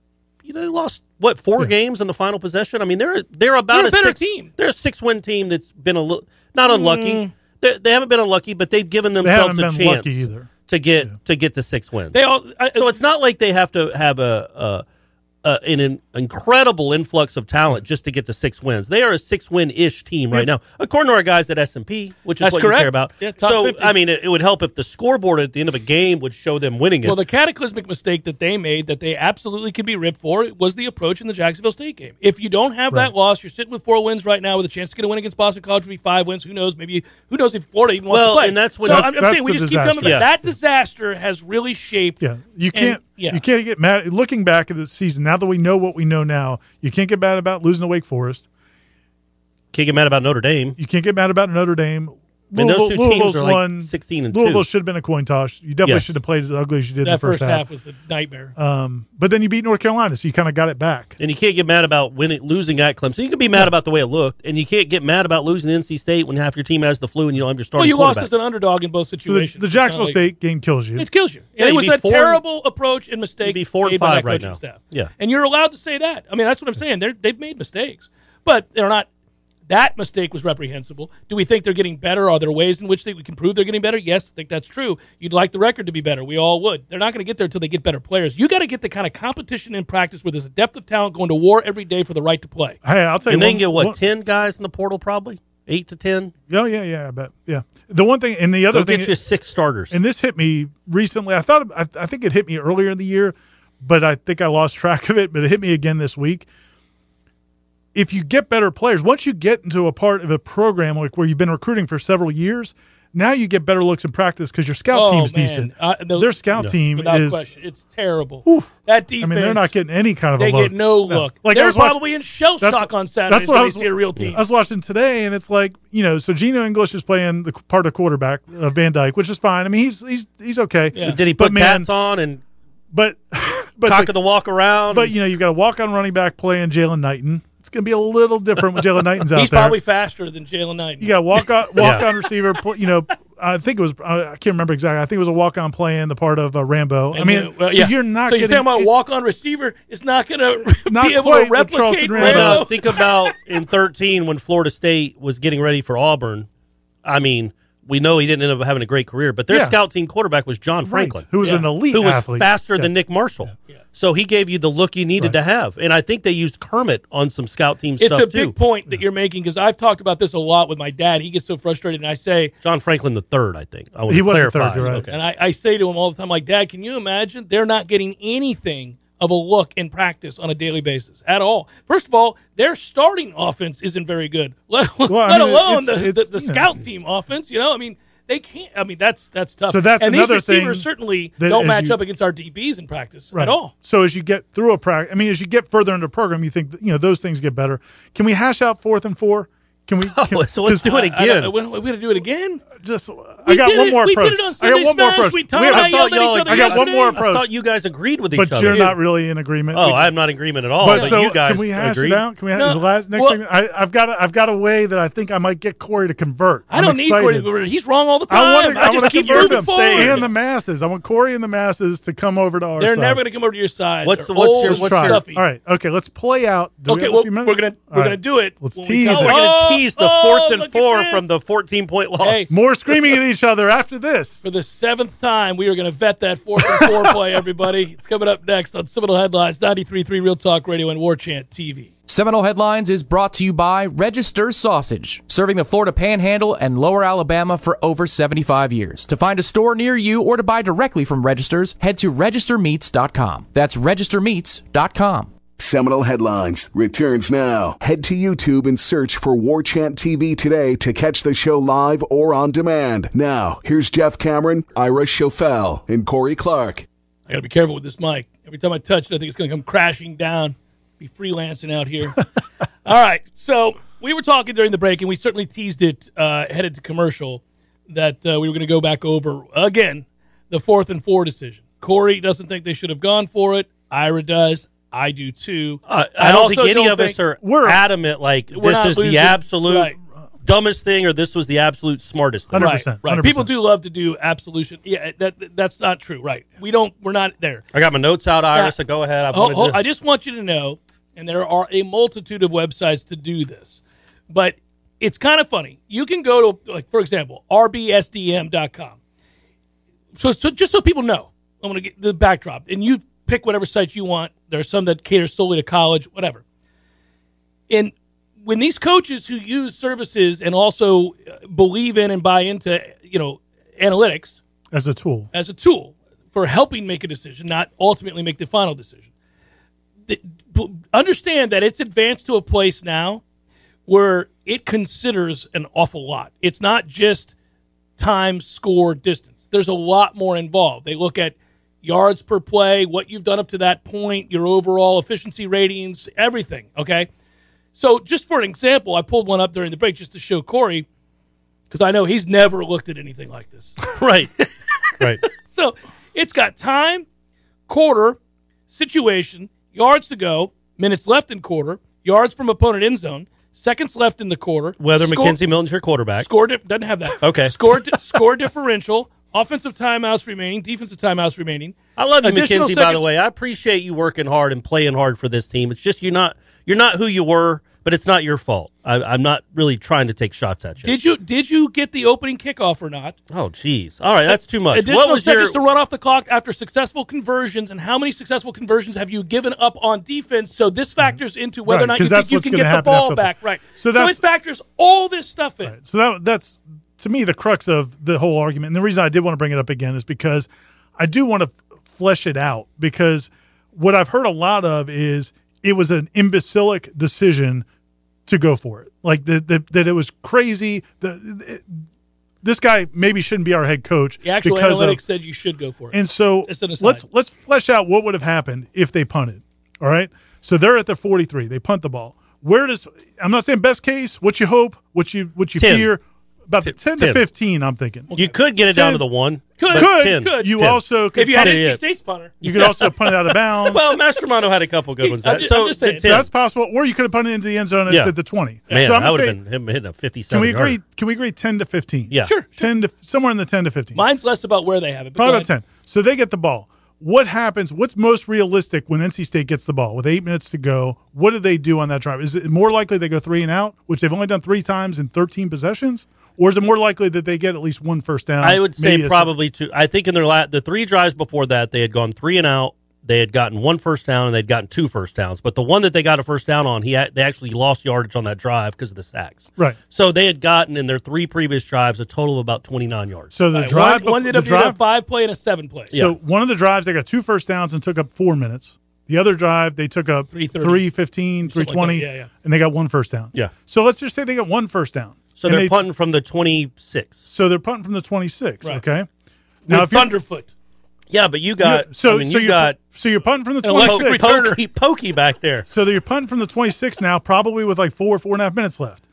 C: you know, they lost what four games in the final possession. I mean, they're they're about
E: They're a
C: a
E: better
C: six,
E: team. Mm.
C: They're a six win team that's been a little not unlucky. They, they haven't been unlucky, but they've given
B: They haven't
C: themselves a
B: been
C: chance
B: lucky either.
C: to get to get to six wins.
E: they all. I,
C: so it's not like they have to have a. a, a an, an incredible influx of talent just to get to six wins. They are a six win ish team right now, according to our guys at S and P, which is
E: That's
C: what
E: correct.
C: you care about.
E: Yeah, top
C: so
E: 50.
C: I mean, it, it would help if the scoreboard at the end of a game would show them winning it.
E: Well, the cataclysmic mistake that they made that they absolutely could be ripped for was the approach in the Jacksonville State game. If you don't have that loss, you're sitting with four wins right now with a chance to get a win against Boston College would be five wins. Who knows? Maybe who knows if Florida even wants
C: Well,
E: to play.
C: and that's what-
E: so
C: That's-
E: I'm, I'm
B: that's
E: saying we
B: the
E: just keep coming back.
C: disaster.
E: That disaster has really shaped.
B: Yeah, you
E: and-
B: can't.
E: yeah.
B: you can't get mad. Looking back at the season, now that we know what we know now, you can't get mad about losing to Wake Forest.
C: Can't get mad about Notre Dame.
B: You can't get mad about Notre Dame.
C: mean, those two
B: Louisville-
C: teams
B: Louisville's
C: are like
B: won.
C: 16 and two.
B: Louisville should have been a coin toss. You definitely
C: Yes.
B: should have played as ugly as you did in
E: That
B: the first, half.
E: was a nightmare.
B: Um, but then you beat North Carolina, so you kind of got it back.
C: And you can't get mad about winning, losing at Clemson. You can be mad about the way it looked, and you can't get mad about losing to NC State when half your team has the flu and you don't have your starting
E: well, you lost
C: quarterback.
E: as an underdog in both
B: So the,
E: situations.
B: the
E: It's not
B: Jacksonville
E: like-
B: State game kills you.
E: It kills you.
C: Yeah,
E: and it
C: you'd
E: was
C: be
E: a
C: four-
E: terrible approach and mistake.
C: You'd be four and
E: made by
C: five
E: that
C: right
E: coaching
C: now.
E: Staff.
C: Yeah.
E: and you're allowed to say that. I mean, that's what I'm saying. They're, they've made mistakes, but they're not. That mistake was reprehensible. Do we think they're getting better? Are there ways in which they, we can prove they're getting better? Yes, I think that's true. You'd like the record to be better. We all would. They're not going to get there until they get better players. You got to get the kind of competition in practice where there's a depth of talent going to war every day for the right to play.
B: Hey, I'll tell you.
C: and they
B: one-
C: can get, what,
B: one-
C: 10 guys in the portal probably? 8 to 10?
B: Oh yeah, yeah, I bet. Yeah. The one thing, and the other
C: They'll
B: thing,
C: get you six starters.
B: and this hit me recently. I thought I, I think it hit me earlier in the year, but I think I lost track of it. But it hit me again this week. If you get better players, once you get into a part of a program like where you've been recruiting for several years, now you get better looks in practice because your scout
E: Oh,
B: team's
E: man.
B: decent.
E: Uh, the-
B: Their scout
C: No.
B: team
E: Without
B: is.
E: question, it's terrible. that
B: I
E: defense.
B: mean, they're not getting any kind of
E: They
B: a look.
E: get no look.
B: Like, I
E: they're
B: was watch-
E: probably in shell
B: That's-
E: shock on Saturdays
B: that's what
E: when
B: I
E: they
B: was-
E: see a real team.
B: I was watching today, and it's like you know, so Gino English is playing the part of quarterback of Van Dyke, which is fine. I mean, he's he's he's okay.
E: Yeah.
C: Did he
B: But
C: put
B: man-
C: cats on and
B: But [laughs] but
C: cock
B: the-
C: of the walk around?
B: but you know, you've got a walk on running back playing Jalen Knighton. It's going to be a little different when
C: [laughs]
B: Jalen Knighton's out
E: He's
B: there.
E: probably faster than Jalen Knight.
B: you got walk on walk on receiver. pl- You know, I think it was I I can't remember exactly. I think it was a walk on playing the part of uh, Rambo. I mean, so you're not
E: So
B: getting
E: you're talking about
B: it-
E: walk on receiver is not going to
B: Not
E: [laughs] be able
B: quite
E: to
B: what
E: replicate
B: Charleston
C: Well,
B: Rambo-
E: Rambo.
C: now, think about in 13 when Florida State was getting ready for Auburn. I mean, we know he didn't end up having a great career, but their
B: Yeah.
C: scout team quarterback was John
B: right,
C: Franklin.
B: who was
E: Yeah.
B: an elite
C: who was
B: athlete.
C: faster
B: Yeah.
C: than Nick Marshall. So he gave you the look you needed to have. And I think they used Kermit on some scout team
E: It's
C: stuff
E: a
C: too.
E: big point that you're making because I've talked about this a lot with my dad. He gets so frustrated, and I say,
C: John Franklin the third, I think. I want
B: He
C: to
B: was the third,
C: clarify.
B: you're right.
C: Okay.
E: and I, I say to him all the time, like, Dad, can you imagine? They're not getting anything of a look in practice on a daily basis at all. First of all, their starting offense isn't very good, [laughs] let,
B: Well, I
E: let
B: mean,
E: alone
B: it's-
E: the,
B: it's,
E: the, the
B: you know.
E: scout team offense. You know, I mean. They can't. I mean, that's that's tough.
B: So that's
E: and
B: another
E: these receivers
B: thing
E: certainly
B: that
E: don't
B: as
E: match
B: you-
E: up against our DBs in practice
B: Right.
E: at all.
B: So as you get through a practice, I mean, as you get further into a program, you think that, you know those things get better. Can we hash out fourth and four?
E: [laughs]
B: Can we?
E: Oh,
B: Can,
C: so let's do it
E: I don't-
C: again.
E: we- we got to do it again.
B: just I got
E: did
B: one
E: it-
B: more
E: we did
B: approach.
E: it on
B: I
E: Sunday
B: got one more
E: Smash.
B: approach.
E: We talked
B: We have-
E: about I it yelled
C: thought
E: at each
C: y'all-
E: other
B: I got one
E: yesterday.
B: more
C: I
B: approach.
C: thought you guys agreed with each
B: but
C: other.
B: you're not really in agreement.
C: Oh,
B: We-
C: I'm not in agreement at all.
B: but
C: But,
B: so
C: you guys
B: can we hash
C: agree.
B: it out? Can we hash
E: No,
B: is the last next
E: well-
B: thing? I, I've got a, I've got a way that I think I might get Corey to convert.
E: I don't
B: I'm
E: need Corey to
B: excited.
E: go over there. He's wrong all the time.
B: I
E: I,
B: want to. I want to
E: just keep
B: convert
E: moving
B: him
E: forward.
B: and the masses. I want Corey and the masses to come over to our.
E: They're
B: side.
E: never going to come over to your side.
C: What's-
E: They're
C: what's
E: old
C: your-
E: and
C: what's
B: Try it.
C: your-
E: stuffy.
B: All right. Okay. Let's play out. Do we
E: Okay,
B: have a
E: well,
B: few
E: we're
B: minutes?
E: gonna
B: All
E: we're gonna
B: right.
E: do it.
B: Let's
E: when we
B: tease
E: come
B: it.
C: We're
E: back.
C: going to tease the
E: Oh,
C: fourth and
E: look at
C: four
E: this.
C: from the 14 point loss.
E: Hey.
B: [laughs] More screaming at each other after this.
E: For the seventh time, we are going to vet that fourth and four play, everybody. It's coming up next on Seminole Headlines, 93.3 Real Talk Radio and War Chant TV.
G: Seminole Headlines is brought to you by Register Sausage, serving the Florida Panhandle and Lower Alabama for over 75 years. To find a store near you or to buy directly from Registers, head to registermeats.com. That's registermeats.com.
A: Seminole Headlines returns now. Head to YouTube and search for War Chant TV today to catch the show live or on demand. Now, here's Jeff Cameron, Ira Schofel, and Corey Clark.
E: I got to be careful with this mic. Every time I touch it, I think it's going to come crashing down. Be freelancing
C: [laughs]
E: out here. All right. So we were talking during the break, and we certainly teased it uh, headed to commercial that uh, we were going to go back over again the fourth and four decision. Corey doesn't think they should have gone for it. Ira does. I do too.
C: Uh, I, don't
E: also
C: think any
E: don't
C: of us
E: think-
C: are
B: We're-
C: adamant like
E: We're
C: this
E: not
C: is
E: losing-
C: the absolute
E: right.
C: dumbest thing or this was the absolute smartest thing.
B: 100%.
E: Right, right.
B: 100%.
E: People do love to do absolution. Yeah, that that's not true. Right. We don't. We're not there.
C: I got my notes out,
E: Yeah.
C: Iris. So go ahead. I,
E: Ho-
C: wanted
E: ho-
C: to-
E: I just want you to know, and there are a multitude of websites to do this, but it's kind of funny. You can go to, like, for example, rbsdm.com. So, so just so people know, I'm going to get the backdrop, and you pick whatever sites you want. There are some that cater solely to college, whatever. And when these coaches who use services and also uh, believe in and buy into, you know, analytics,
B: as a tool.
E: as a tool for helping make a decision, not ultimately make the final decision. The- b- understand that it's advanced to a place now where it considers an awful lot. It's not just time, score, distance. There's a lot more involved. They look at yards per play, what you've done up to that point, your overall efficiency ratings, everything. Okay. So, just for an example, I pulled one up during the break just to show Corey, because I know he's never looked at anything like this.
C: [laughs] right. right.
E: So it's got time, quarter, situation, yards to go, minutes left in quarter, yards from opponent end zone, seconds left in the quarter.
C: Whether
E: score-
C: Mackenzie Milton's your quarterback.
E: score di- doesn't have that.
C: Okay.
E: Score di- score differential, offensive timeouts remaining, defensive timeouts remaining.
C: I love you,
E: Additional
C: McKenzie. By the
E: seconds-
C: way, I appreciate you working hard and playing hard for this team. It's just you're not you're not who you were, but it's not your fault. I, I'm not really trying to take shots at you.
E: Did you did you get the opening kickoff or not?
C: oh, jeez. All right, that's too much.
E: Additional
C: What was your?
E: seconds to run off the clock after successful conversions, and how many successful conversions have you given up on defense? So this factors into whether
B: Right,
E: or not you
B: 'cause
E: think
B: that's
E: you
B: what's
E: can get
B: gonna
E: the
B: happen
E: ball
B: after-
E: back. Right.
B: So that's-
E: it factors all this stuff in.
B: So that that's to me the crux of the whole argument. And the reason I did want to bring it up again is because I do want to flesh it out because what I've heard a lot of is it was an imbecilic decision to go for it. Like the, the, that it was crazy. The, it- this guy maybe shouldn't be our head coach.
E: The actual
B: because of-
E: analytics said you should go for it.
B: And so
E: Just an aside.
B: let's let's flesh out what would have happened if they punted. All right. So they're at the 43. They punt the ball. Where does I'm not saying best case, what you hope, what you what you
C: Ten.
B: fear, about the 10 to
C: Ten.
B: 15 I'm thinking.
C: You could get it down to the one.
E: Could.
C: but
B: could,
C: ten.
E: could.
B: you
C: Ten.
B: also could
E: if you had
B: punt
E: NC
B: it.
E: State's punter,
B: you could also punt it out of bounds.
C: Well, Mastermondo had a couple good ones.
E: I'm
C: That-
E: ju- I'm
C: so
E: just saying.
C: the ten.
B: that's possible or you could have punted into the end zone and
C: Yeah.
B: it's at the 20.
C: man,
B: so I'm
C: that
B: gonna
C: would
B: say,
C: have been him hitting a
B: can
C: fifty-seven.
B: we agree
C: yarder.
B: can we agree 10 to 15?
C: Yeah. Sure,
B: 10 to somewhere in the 10 to 15.
E: mine's less about where they have it. but
B: Probably
E: go
B: about
E: ahead.
B: 10. So they get the ball. What happens? What's most realistic when NC State gets the ball with eight minutes to go? What do they do on that drive? Is it more likely they go three and out, which they've only done three times in 13 possessions? Or is it more likely that they get at least one first down?
C: I would
B: maybe
C: say
B: a-
C: probably two. I think in their la- the three drives before that, they had gone three and out. They had gotten one first down and they'd gotten two first downs. But the one that they got a first down on, he a- they actually lost yardage on that drive because of the sacks.
B: Right.
C: So they had gotten in their three previous drives a total of about twenty nine yards.
B: So the
E: Right,
B: drive,
E: one, one
B: bef-
E: ended
B: the
E: up being a
B: drive
E: five play and a seven play.
B: So one of the drives, they got two first downs and took up four minutes. The other drive, they took up
E: 330.
B: 315,
E: Something like that.
B: 320,
E: Yeah, yeah.
B: and they got one first down.
C: Yeah.
B: So let's just say they got one first down.
C: so
B: And
C: they're
B: they-
C: punting from the twenty six.
B: So they're punting from the 26.
E: Right.
B: Okay.
E: With
B: you're-
E: Thunderfoot.
C: Yeah, but you got so
B: so
C: I mean,
B: so
C: you
B: you're,
C: got
B: so you're punting from the
E: An electric
B: 26.
E: return.
C: pokey, pokey back there.
B: So that you're punting from the 26 now, probably with like four, four and a half minutes left.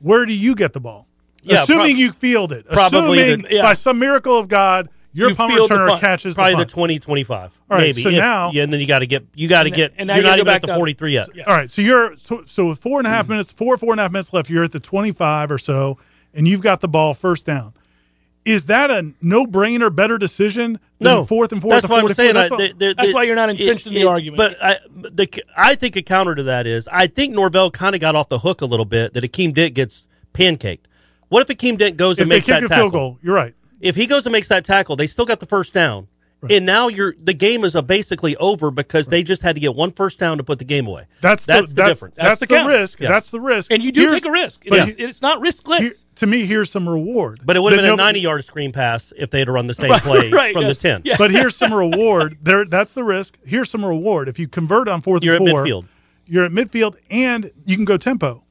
B: Where do you get the ball?
C: Yeah,
B: assuming
C: prob-
B: you field it.
C: probably
B: assuming
C: the- yeah.
B: by some miracle of God, your
E: You
B: punt
E: field the
B: returner
E: punt.
B: catches
C: Probably the,
B: the punt.
C: 20, 25.
B: All right,
C: maybe.
B: so
C: If-
B: now-
C: yeah, and then you got to get you got to
E: And-
C: get
E: and now
C: you're
E: you
C: not
E: gotta
C: even
E: go
C: at
E: back
C: the
E: down.
C: forty three yet.
E: Yeah.
B: All right, so you're so, so with four and a half minutes, four four and a half minutes left. You're at the 25 or so, and you've got the ball first down. Is that a no-brainer, better decision than
C: No,
B: fourth and fourth?
C: That's
B: and
C: why I'm
B: 44?
C: saying
B: That's
C: I-
B: all-
C: the- the-
E: That's
C: the-
E: why you're not entrenched in the argument.
C: But I, but the, I think a counter to that is I think Norvell kind of got off the hook a little bit that Akeem Dent gets pancaked. What if Akeem Dent goes
B: if
C: and
B: they
C: makes
B: kick
C: that
B: a
C: tackle?
B: field goal, you're right.
C: If he goes and makes that tackle, they still got the first down, and now you're the game is uh, basically over because they just had to get one first down to put the game away.
B: That's
C: that's
B: the,
C: the difference.
B: That's, the,
E: count.
B: risk.
C: Yeah.
B: That's the risk.
E: And you do
B: Here's-
E: take a risk. It
B: but
E: is- it's not riskless.
B: here- to me, here's some reward.
C: But it would have
B: That
C: been a
B: nobody-
C: 90 yard screen pass if they had run the same play
E: [laughs] right,
C: from
E: yes.
C: the 10.
E: Yeah.
B: But here's some reward. There, that's the risk. Here's some reward. If you convert on 4th
C: You're at
B: and four,
C: midfield.
B: You're at midfield, and you can go tempo.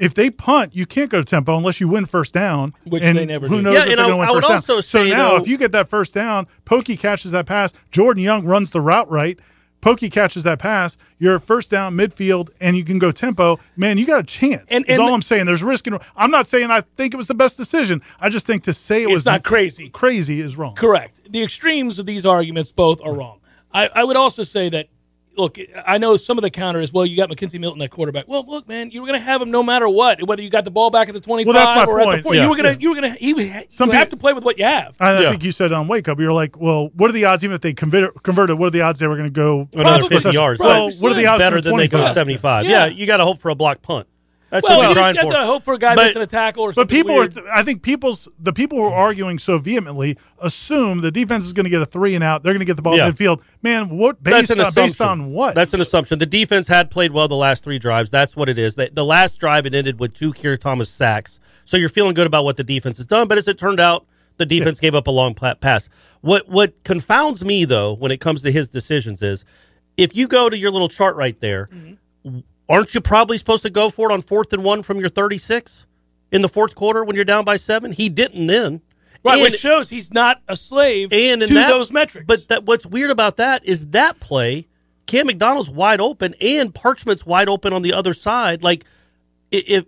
B: If they punt, you can't go to tempo unless you win first down.
E: Which
B: and
E: they never
B: who
E: do.
B: knows
C: Yeah,
B: if
C: and
B: they're going
C: I-
B: to win
C: I would
B: first down.
C: also
B: so
C: say,
B: now,
C: though-
B: if you get that first down, Pokey catches that pass. Jordan Young runs the route right. Pokey catches that pass. You're at first down midfield, and you can go tempo. Man, you got a chance.
E: And-
B: is
E: and-
B: all I'm saying. There's risk. And, I'm not saying I think it was the best decision. I just think to say it
E: It's
B: was
E: not crazy.
B: Crazy is wrong.
E: Correct. The extremes of these arguments both are wrong. I, I would also say that, look, I know some of the counter is, well, you got McKenzie Milton at quarterback. Well, look, man, you were going to have him no matter what, whether you got the ball back at the 25
B: my
E: or at the
B: point.
E: 40. You
B: Yeah.
E: were going to, you were going to, he was-
B: Some
E: you have to
B: peo-
E: play with what you have.
B: I,
C: Yeah.
B: I think you said on Wake Up, you're like, well, what are the odds, even if they convert, converted, what are the odds they were going to go
C: Another
E: Probably.
C: 50 yards.
B: Well,
C: Probably
B: what are the odds?
C: better
B: from
C: than they go
B: 25?
C: 75.
E: Yeah.
C: Yeah, you got to hope for a block punt. That's
E: well,
C: what
E: you
C: you're trying
E: just
C: for.
E: got to hope for a guy
C: But-
E: missing a tackle or something.
B: But people
E: weird.
B: are, I think people's, the people who are arguing so vehemently assume the defense is going to get a three and out. They're going to get the ball
C: Yeah.
B: in midfield. Man, what
C: That's
B: based
C: an
B: on,
C: assumption.
B: based on what?
C: That's an assumption. The defense had played well the last three drives. That's what it is. The, the last drive it ended with two Kier Thomas sacks. So you're feeling good about what the defense has done. But as it turned out, the defense gave up a long pla- pass. What what confounds me though when it comes to his decisions is if you go to your little chart right there,
B: Mm-hmm.
C: aren't you probably supposed to go for it on fourth and one from your 36 in the fourth quarter when you're down by seven? He didn't then.
E: Right,
C: And-
E: which shows he's not a slave
C: and in
E: to
C: that,
E: those metrics.
C: But that, what's weird about that is that play, Cam McDonald's wide open and Parchment's wide open on the other side. Like, i- if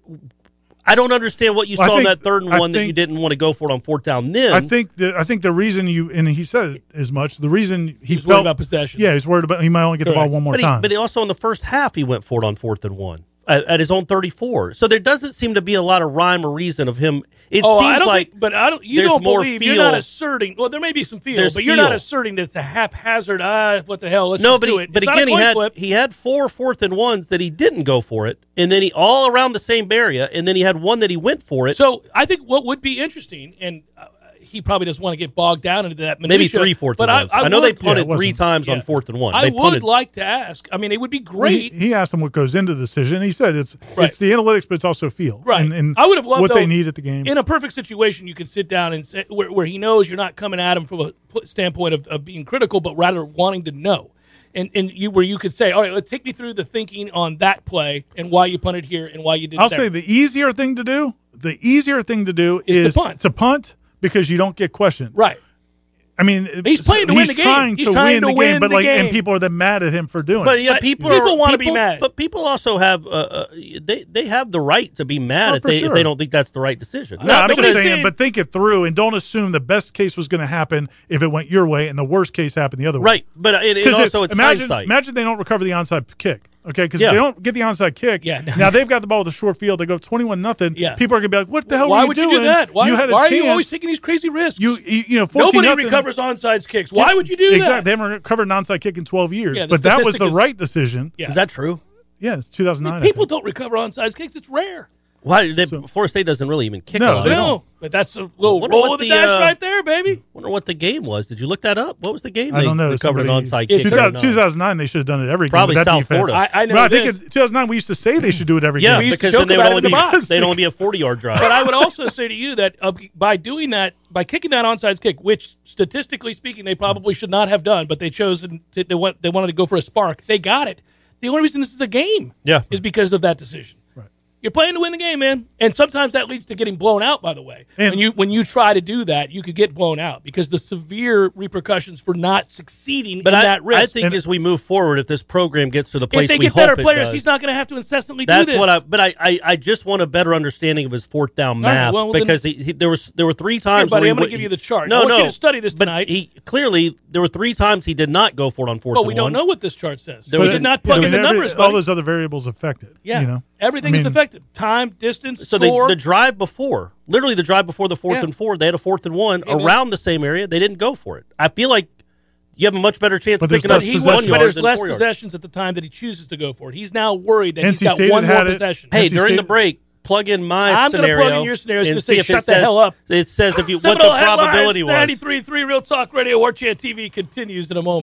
C: I don't understand what you
B: Well, I
C: saw in
B: think-
C: that third and
B: I
C: one that you
B: think-
C: didn't want to go for it on fourth down. Then
B: I think the I think the reason you and he said it as much. The reason he
E: He's worried
B: felt-
E: about possession.
B: Yeah, he's worried about he might only get the ball
E: Correct.
B: one more
C: but, he,
B: time.
C: but he also in the first half he went for it on fourth and one. At, at his own thirty-four, so there doesn't seem to be a lot of rhyme or reason of him. It
E: oh,
C: seems
E: I don't
C: like,
E: think, but I don't. You
C: there's
E: don't
C: more
E: believe you're not
C: feel.
E: asserting. Well, there may be some feel,
C: There's
E: but you're not
C: feel.
E: asserting that it's a haphazard. Ah, what the hell? Let's
C: no,
E: just
C: but,
E: do
C: he,
E: it.
C: but
E: It's not a
C: again, he
E: coin
C: had
E: flip.
C: he had four fourth and ones that he didn't go for it, and then he all around the same area, and then he had one that he went for it.
E: So I think what would be interesting, and uh, he probably doesn't want to get bogged down into that.
C: maybe
E: minutia,
C: three fourth
E: but
C: and
E: I,
C: ones. I, know they
E: would-
C: punted
B: Yeah, it
C: three
B: wasn't-
C: times on
E: yeah.
C: fourth and one.
E: I
C: they
E: would
C: punted.
E: like to ask. I mean, it would be
B: he,
E: great.
B: he asked him what goes into the decision. He said it's
E: Right.
B: it's the analytics, but it's also feel.
E: Right.
B: And, and
E: I would have loved
B: what
E: though,
B: they need at the game.
E: In a perfect situation, you could sit down and say, where, where he knows you're not coming at him from a pl- standpoint of, of being critical, but rather wanting to know. And, and you where you could say, all right, let's take me through the thinking on that play and why you punted here and why you did.
B: I'll
E: there.
B: say the easier thing to do. The easier thing to do
E: Is
B: is,
E: to punt.
B: to punt because you don't get questioned.
E: right.
B: I mean,
E: He's playing to win the game.
B: Trying
E: He's
B: to
E: trying
B: win
E: to
B: the
E: win
B: game, but
E: the
B: like, and
E: game.
B: people are then mad at him for doing.
C: But
B: it.
C: yeah,
E: But
C: people
E: people
C: are-
E: wanna be
C: people-
E: mad.
C: But people also have uh, uh, they they have the right to be mad
B: Oh,
C: if
B: for
C: they if
B: sure.
C: they don't think that's the right decision.
B: no, I'm
E: nobody's
B: just saying.
E: saying-
B: But think it through and don't assume the best case was going to happen if it went your way, and the worst case happened the other way.
C: right. But it, it
B: 'Cause if-
C: also it's
B: imagine,
C: hindsight.
B: Imagine they don't recover the onside kick. Okay, because
C: Yeah.
B: if they don't get the onside kick,
E: Yeah, no.
B: now they've got the ball with a short field. They go twenty-one nothing.
E: Yeah.
B: People are gonna be like, "What the hell?
E: why
B: were you
E: would
B: doing?
E: you do that? Why,
B: had a
E: why are
B: chance.
E: you always taking these crazy risks?
B: You, you, you know, 14
E: Nobody
B: nothing-
E: recovers onside kicks. Why would you do
B: exactly.
E: that?
B: They haven't recovered an onside kick in 12 years.
E: Yeah, the
B: but that was the
E: statistic is-
B: right decision.
E: Yeah.
C: Is that true?
B: Yeah, it's 2009. I
E: People
B: think.
E: don't recover onside kicks. It's rare.
C: Why they, Florida State doesn't really even kick a
B: No,
C: lot.
B: they
C: I
B: don't.
E: No, but that's a little
C: Wonder
E: roll
C: what
E: of the,
C: the,
E: dice
C: uh,
E: right there, baby.
C: wonder what the game was. Did you look that up? What was the game?
B: I don't
C: they
B: know.
C: Recovered
B: Somebody-
C: an onside
E: If
C: kick.
E: you
C: or
B: Two-
C: not?
B: 2009, they should have done it every game.
C: Probably
B: with that
C: South
B: defense.
C: Florida.
E: I- I know
B: But I think
E: this.
B: in 2009, we used to say they should do it every
C: Yeah,
B: game.
E: used to
C: because
E: joke
C: then they
E: about
C: would
E: it
C: only
E: in the
C: be
E: box.
C: they'd only be a forty yard drive.
E: But I would also say to you that uh, by doing that, by kicking that onside kick, which statistically speaking they probably should not have done, but they chose and t- they went, they wanted to go for a spark. They got it. The only reason this is a game,
C: Yeah.
E: is because of that decision. Right. You're playing to win the game, man, and sometimes that leads to getting blown out. By the way,
B: And-
E: when you when you try to do that, you could get blown out because the severe repercussions for not succeeding
C: But
E: in
C: I,
E: that risk.
C: I think
B: And-
C: as we move forward, if this program gets to the place
E: if they
C: we
E: get better
C: hope it
E: players,
C: does,
E: he's not going to have to incessantly
C: That's
E: do this.
C: what I. But I, I, I just want a better understanding of his fourth down
E: right,
C: math
E: well, then-
C: because he, he, there was there were three times.
E: buddy,
C: where he
E: I'm gonna
C: went-
E: give you the chart. I
C: No,
E: want
C: no,
E: you to study this
C: but
E: tonight.
C: He clearly there were three times he did not go for it on fourth.
E: Well,
C: and
E: we don't
C: one.
E: know what this chart says.
C: There
E: we
C: was a-
E: did not
B: I
E: plug
B: mean,
E: in the
B: every-
E: numbers,
B: all
E: buddy.
B: those other variables affected.
E: Yeah,
B: you know,
E: everything
B: I
E: is
B: mean,
E: affected. Time, distance,
C: So
E: score.
C: the, the drive before, literally the drive before the fourth
E: Yeah.
C: and four, they had a fourth and one
E: man.
C: around the same area. They didn't go for it. I feel like you have a much better chance
B: But
C: of
B: there's
C: picking
B: less
C: up
E: but he
C: one
E: was, but
B: possessions.
C: yard
E: there's
C: than
E: less
C: four yards.
E: possessions at the time that he chooses to go for it. He's now worried that he's
B: NC
E: got
B: State
E: one
B: had
E: more
B: it.
E: possession.
C: Hey,
B: NC
C: during the
B: State-
C: break, plug in my
E: I'm gonna
C: scenario.
E: plug in your scenario. It's
C: and
E: gonna say,
C: see if it
E: shut the
C: says-
E: hell up.
C: It says if you what
E: Seminole
C: the probability was.
E: headlines, 93.3 Real Talk Radio, War Chant TV continues in a moment.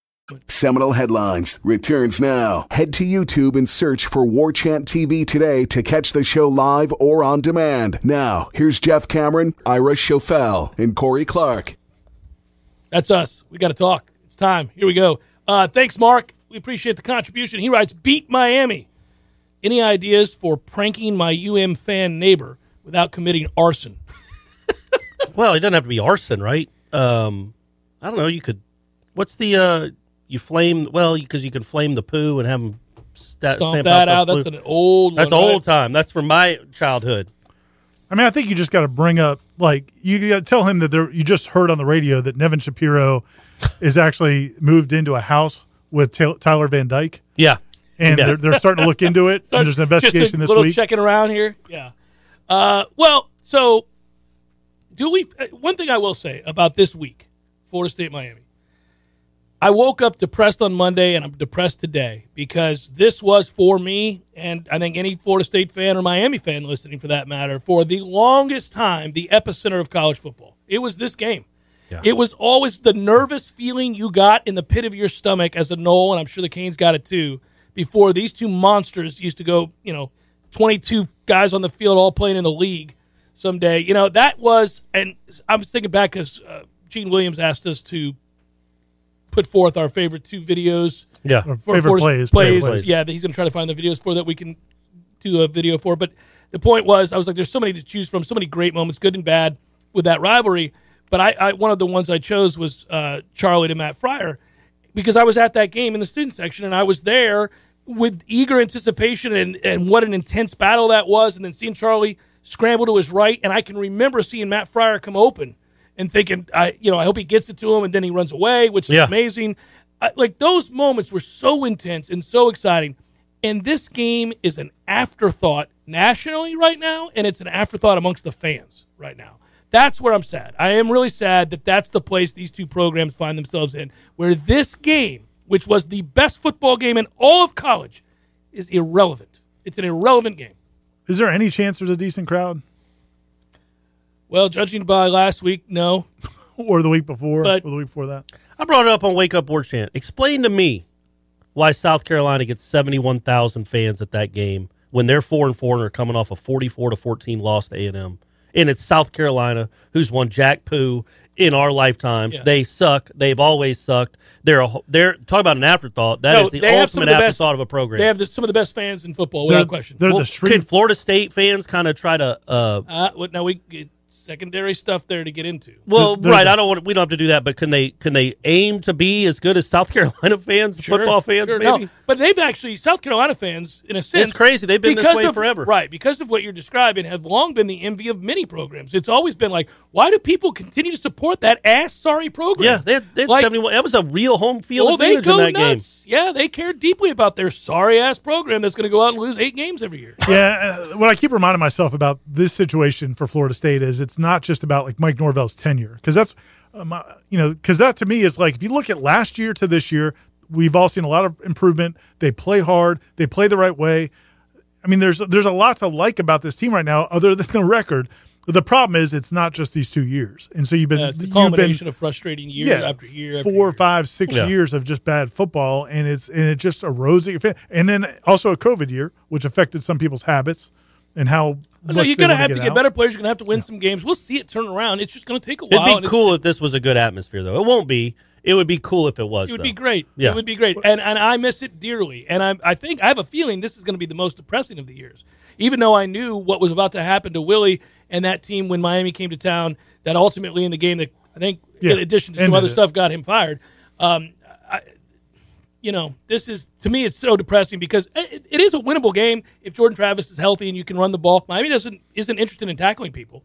A: Seminal Headlines returns now. Head to YouTube and search for War Chant TV today to catch the show live or on demand. Now, here's Jeff Cameron, Ira Schofel, and Corey Clark.
E: That's us. We got to talk. It's time. Here we go. Uh, thanks, Mark. We appreciate the contribution. He writes, "Beat Miami." Any ideas for pranking my UM fan neighbor without committing arson?
C: well, it doesn't have to be arson, right? Um, I don't know. You could. What's the uh, you flame? Well, because you, can flame the poo and have them sta-
E: Stomp
C: stamp
E: that
C: the
E: out. That's
C: poo.
E: an old
C: That's
E: one, right?
C: old time. That's from my childhood.
B: I mean, I think you just got to bring up like you got to tell him that there, you just heard on the radio that Nevin Shapiro is actually moved into a house with Taylor, Tyler Van Dyke,
C: Yeah,
B: and
C: Yeah.
B: they're, they're starting to look
E: [laughs]
B: into it. and there's an
E: Just a
B: investigation this
E: little
B: week.
E: checking around here. Yeah. Uh, well, so do we? uh, One thing I will say about this week, Florida State, Miami. I woke up depressed on Monday, and I'm depressed today because this was for me, and I think any Florida State fan or Miami fan listening, for that matter, for the longest time, the epicenter of college football. It was this game. It was always the nervous feeling you got in the pit of your stomach as a Knoll, and I'm sure the Canes got it too, before these two monsters used to go, you know, 22 guys on the field all playing in the league someday. You know, that was, and I was thinking back because uh, Gene Williams asked us to put forth our favorite two videos.
C: Yeah.
B: Our favorite
E: for-
B: plays,
E: plays.
B: favorite plays.
E: Yeah, that he's going to try to find the videos for that we can do a video for. But the point was, I was like, there's so many to choose from, so many great moments, good and bad, with that rivalry. But I, I one of the ones I chose was uh, Charlie to Matt Fryer because I was at that game in the student section and I was there with eager anticipation and, and what an intense battle that was. And then seeing Charlie scramble to his right, and I can remember seeing Matt Fryer come open and thinking, I you know, I hope he gets it to him, and then he runs away, which is
C: Yeah.
E: amazing. I, like those moments were so intense and so exciting. And this game is an afterthought nationally right now, and it's an afterthought amongst the fans right now. That's where I'm sad. I am really sad that that's the place these two programs find themselves in, where this game, which was the best football game in all of college, is irrelevant. It's an irrelevant game.
B: Is there any chance there's a decent crowd,
E: Well, judging by last week, no.
B: or the week before,
E: But-
B: or the week before that?
C: I brought it up on Wake Up War Chant. Explain to me why South Carolina gets seventy-one thousand fans at that game when they're four and four and are coming off a forty-four to fourteen loss to A and M, and it's South Carolina who's won Jack Poo in our lifetimes.
E: Yeah.
C: They suck. They've always sucked. They're a, wh- they're talk about an afterthought. That is
E: No,
C: the
E: they have some
C: ultimate
E: of the best-
C: afterthought of a program.
E: They have the, some of the best fans in football, without
B: They're-
E: question.
B: They're
C: Well,
B: the street.
C: Can Florida State fans kind of try to? Uh,
E: Uh, what, now we get secondary stuff there to get into.
C: well,
B: They're- they're
C: right.
B: the-
C: I don't want. We don't have to do that. But can they? Can they aim to be as good as South [laughs] Carolina fans, football fans?
E: Sure,
C: maybe.
E: no. But they've actually South Carolina fans, in a sense,
C: crazy. They've been this
E: because
C: way
E: of-
C: forever.
E: right? Because of what you're describing, have long been the envy of many programs. It's always been like, why do people continue to support that ass sorry program?
C: Yeah, they had, they had
E: Like,
C: 71. That was a real home field
E: Oh, they
C: advantage
E: go
C: in that
E: nuts. Yeah, they care deeply about their sorry ass program that's going to go out and lose eight games every year.
B: yeah, uh, what I keep reminding myself about this situation for Florida State is it's not just about like Mike Norvell's tenure because that's, um, uh, you know, because that to me is like if you look at last year to this year, we've all seen a lot of improvement. They play hard, they play the right way. I mean, there's there's a lot to like about this team right now, other than the record. The problem is it's not just these two years, and so you've been
E: Uh, it's the
B: you've been-
E: culmination of frustrating year after year. After
B: four,
E: year.
B: five, six
C: Yeah.
B: years of just bad football, and it's and it just erodes at your fa- And then also a COVID year, which affected some people's habits and how.
E: Oh, no,
B: much
E: you're
B: they
E: going to
B: wanna
E: have to get
B: out.
E: better players. You're going to have to win some games. We'll see it turn around. It's just going to take a
C: game.
E: while.
C: It'd
E: and
C: be
E: it's-
C: cool if this was a good atmosphere, though. It won't be. It would be cool if it was.
E: It would
C: though.
E: be great.
C: Yeah.
E: It would be great. And and I miss it dearly. And I I think I have a feeling this is going to be the most depressing of the years. Even though I knew what was about to happen to Willie and that team when Miami came to town, that ultimately in the game that I think
B: Yeah.
E: in addition to some
B: Ended
E: other
B: it.
E: stuff got him fired. Um, I, you know, this is to me it's so depressing because it, it is a winnable game if Jordan Travis is healthy and you can run the ball. Miami doesn't isn't interested in tackling people.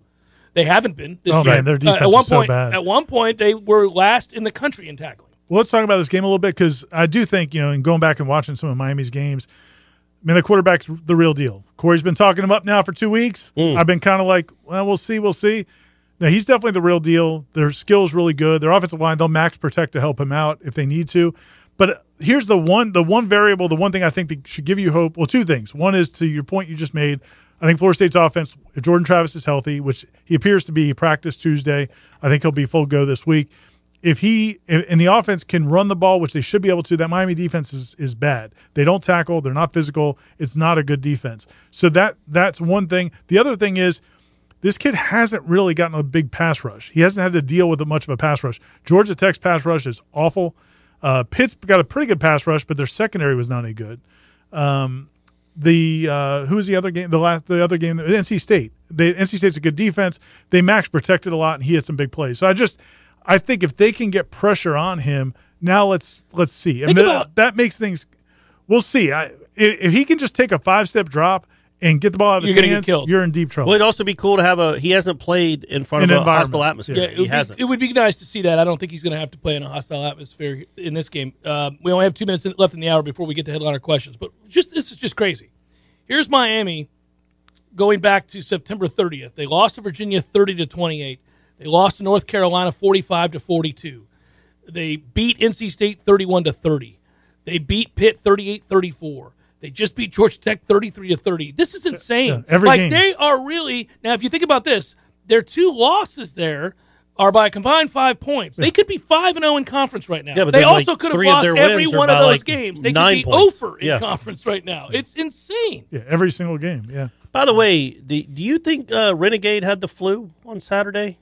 E: They haven't been this
B: Oh,
E: year. Uh,
B: man, their defense
E: at one
B: is so
E: point,
B: bad.
E: at one point, they were last in the country in tackling.
B: Well, let's talk about this game a little bit because I do think, you know, and going back and watching some of Miami's games, I mean, the quarterback's the real deal. Corey's been talking him up now for two weeks. I've been kind of like, well, we'll see, we'll see. Now, he's definitely the real deal. Their skill's really good. Their offensive line, they'll max protect to help him out if they need to. But here's the one the one variable, the one thing I think that should give you hope. Well, two things. One is to your point you just made. I think Florida State's offense, if Jordan Travis is healthy, which he appears to be, he practiced Tuesday. I think he'll be full go this week if he and the offense can run the ball, which they should be able to, that Miami defense is, is bad. They don't tackle. They're not physical. It's not a good defense. So that that's one thing. The other thing is this kid hasn't really gotten a big pass rush. He hasn't had to deal with much of a pass rush. Georgia Tech's pass rush is awful. Uh, Pitt's got a pretty good pass rush, but their secondary was not any good. Um, the uh, who was the other game? The last the other game, NC State. They, NC State's a good defense. They max protected a lot, and he had some big plays. So I just I think if they can get pressure on him, now let's let's see. And
E: Think
B: that-
E: about-
B: that makes things. We'll see. I, if, if he can just take a five step drop and get the ball out of
E: You're
B: his
E: gonna get
B: hands,
E: killed.
B: you're in deep trouble.
C: Well, it'd also be cool to have a. He hasn't played in front
B: An
C: of a
B: environment.
C: hostile atmosphere.
B: Yeah,
E: it
C: he
E: would be-
C: hasn't.
E: it would be nice to see that. I don't think he's going to have to play in a hostile atmosphere in this game. Uh, we only have two minutes in- left in the hour before we get to headliner questions, but just this is just crazy. Here's Miami going back to September 30th. They lost to Virginia 30 to 28. They lost to North Carolina 45 to 42. They beat NC State 31 to 30. They beat Pitt 38 34. They just beat Georgia Tech 33 to 30. This is insane.
B: every
E: like
B: game.
E: they are really now if you think about this, their two losses there are by a combined 5 points. They could be 5 and 0 in conference right now.
C: Yeah, but
E: they
C: then, like,
E: also could have
C: three of
E: lost
C: their
E: every
C: wins are
E: one of
C: by,
E: those
C: like,
E: games. They could
C: nine
E: be
C: points.
E: over in
C: Yeah.
E: conference right now. It's insane.
B: yeah, every single game. Yeah.
C: By the way, do, do you think uh, Renegade had the flu on Saturday?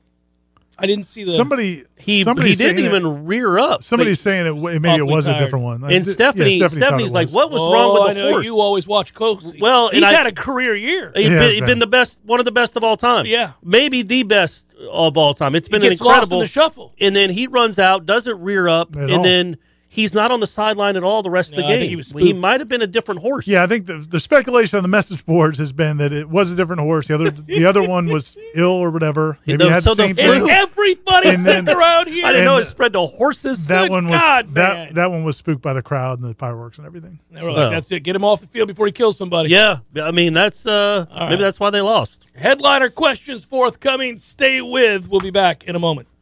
E: I didn't see the
B: Somebody
C: He
B: somebody's
C: he didn't
B: saying
C: even
B: It,
C: rear up.
B: somebody's
C: Like,
B: saying it. w- Maybe it
E: awfully
B: was
E: tired.
B: a different one. Like,
C: and
B: th- yeah,
C: Stephanie,
B: thought it
C: Stephanie's like,
B: was.
C: "What was
E: Oh,
C: wrong
E: I
C: with the
E: know
C: horse?"
E: You always watch closely.
C: Well, and
E: he's
C: I-
E: had a career year.
C: He's
B: Yeah,
C: been,
B: it's
C: he's
B: been-
C: been the best, one of the best of all time.
E: Yeah.
C: maybe the best of all time. It's been
E: gets
C: an
E: lost in
C: incredible
E: the shuffle.
C: And then he runs out, doesn't rear up,
B: At
C: and
B: all.
C: then he's not on the sideline at all the rest of
E: No, I
C: the
E: think
C: game.
E: he was spooked.
C: might have been a different horse.
B: Yeah, I think the, the speculation on the message boards has been that it was a different horse. The other the other one was ill or whatever. Maybe
C: The-
B: it had
C: so
B: the
C: the
B: same
C: flu-
B: thing.
E: Is everybody
B: And
E: sitting
B: then-
E: around here?
C: I didn't
B: And
C: know
B: the-
C: it spread to horses.
B: That
C: Good
B: one was
C: God, man.
B: that that one was spooked by the crowd and the fireworks and everything.
E: They were like,
C: Well.
E: that's it. Get him off the field before he kills somebody.
C: Yeah, I mean that's uh,
E: All right.
C: maybe that's why they lost.
E: Headliner questions forthcoming. Stay with. We'll be back in a moment.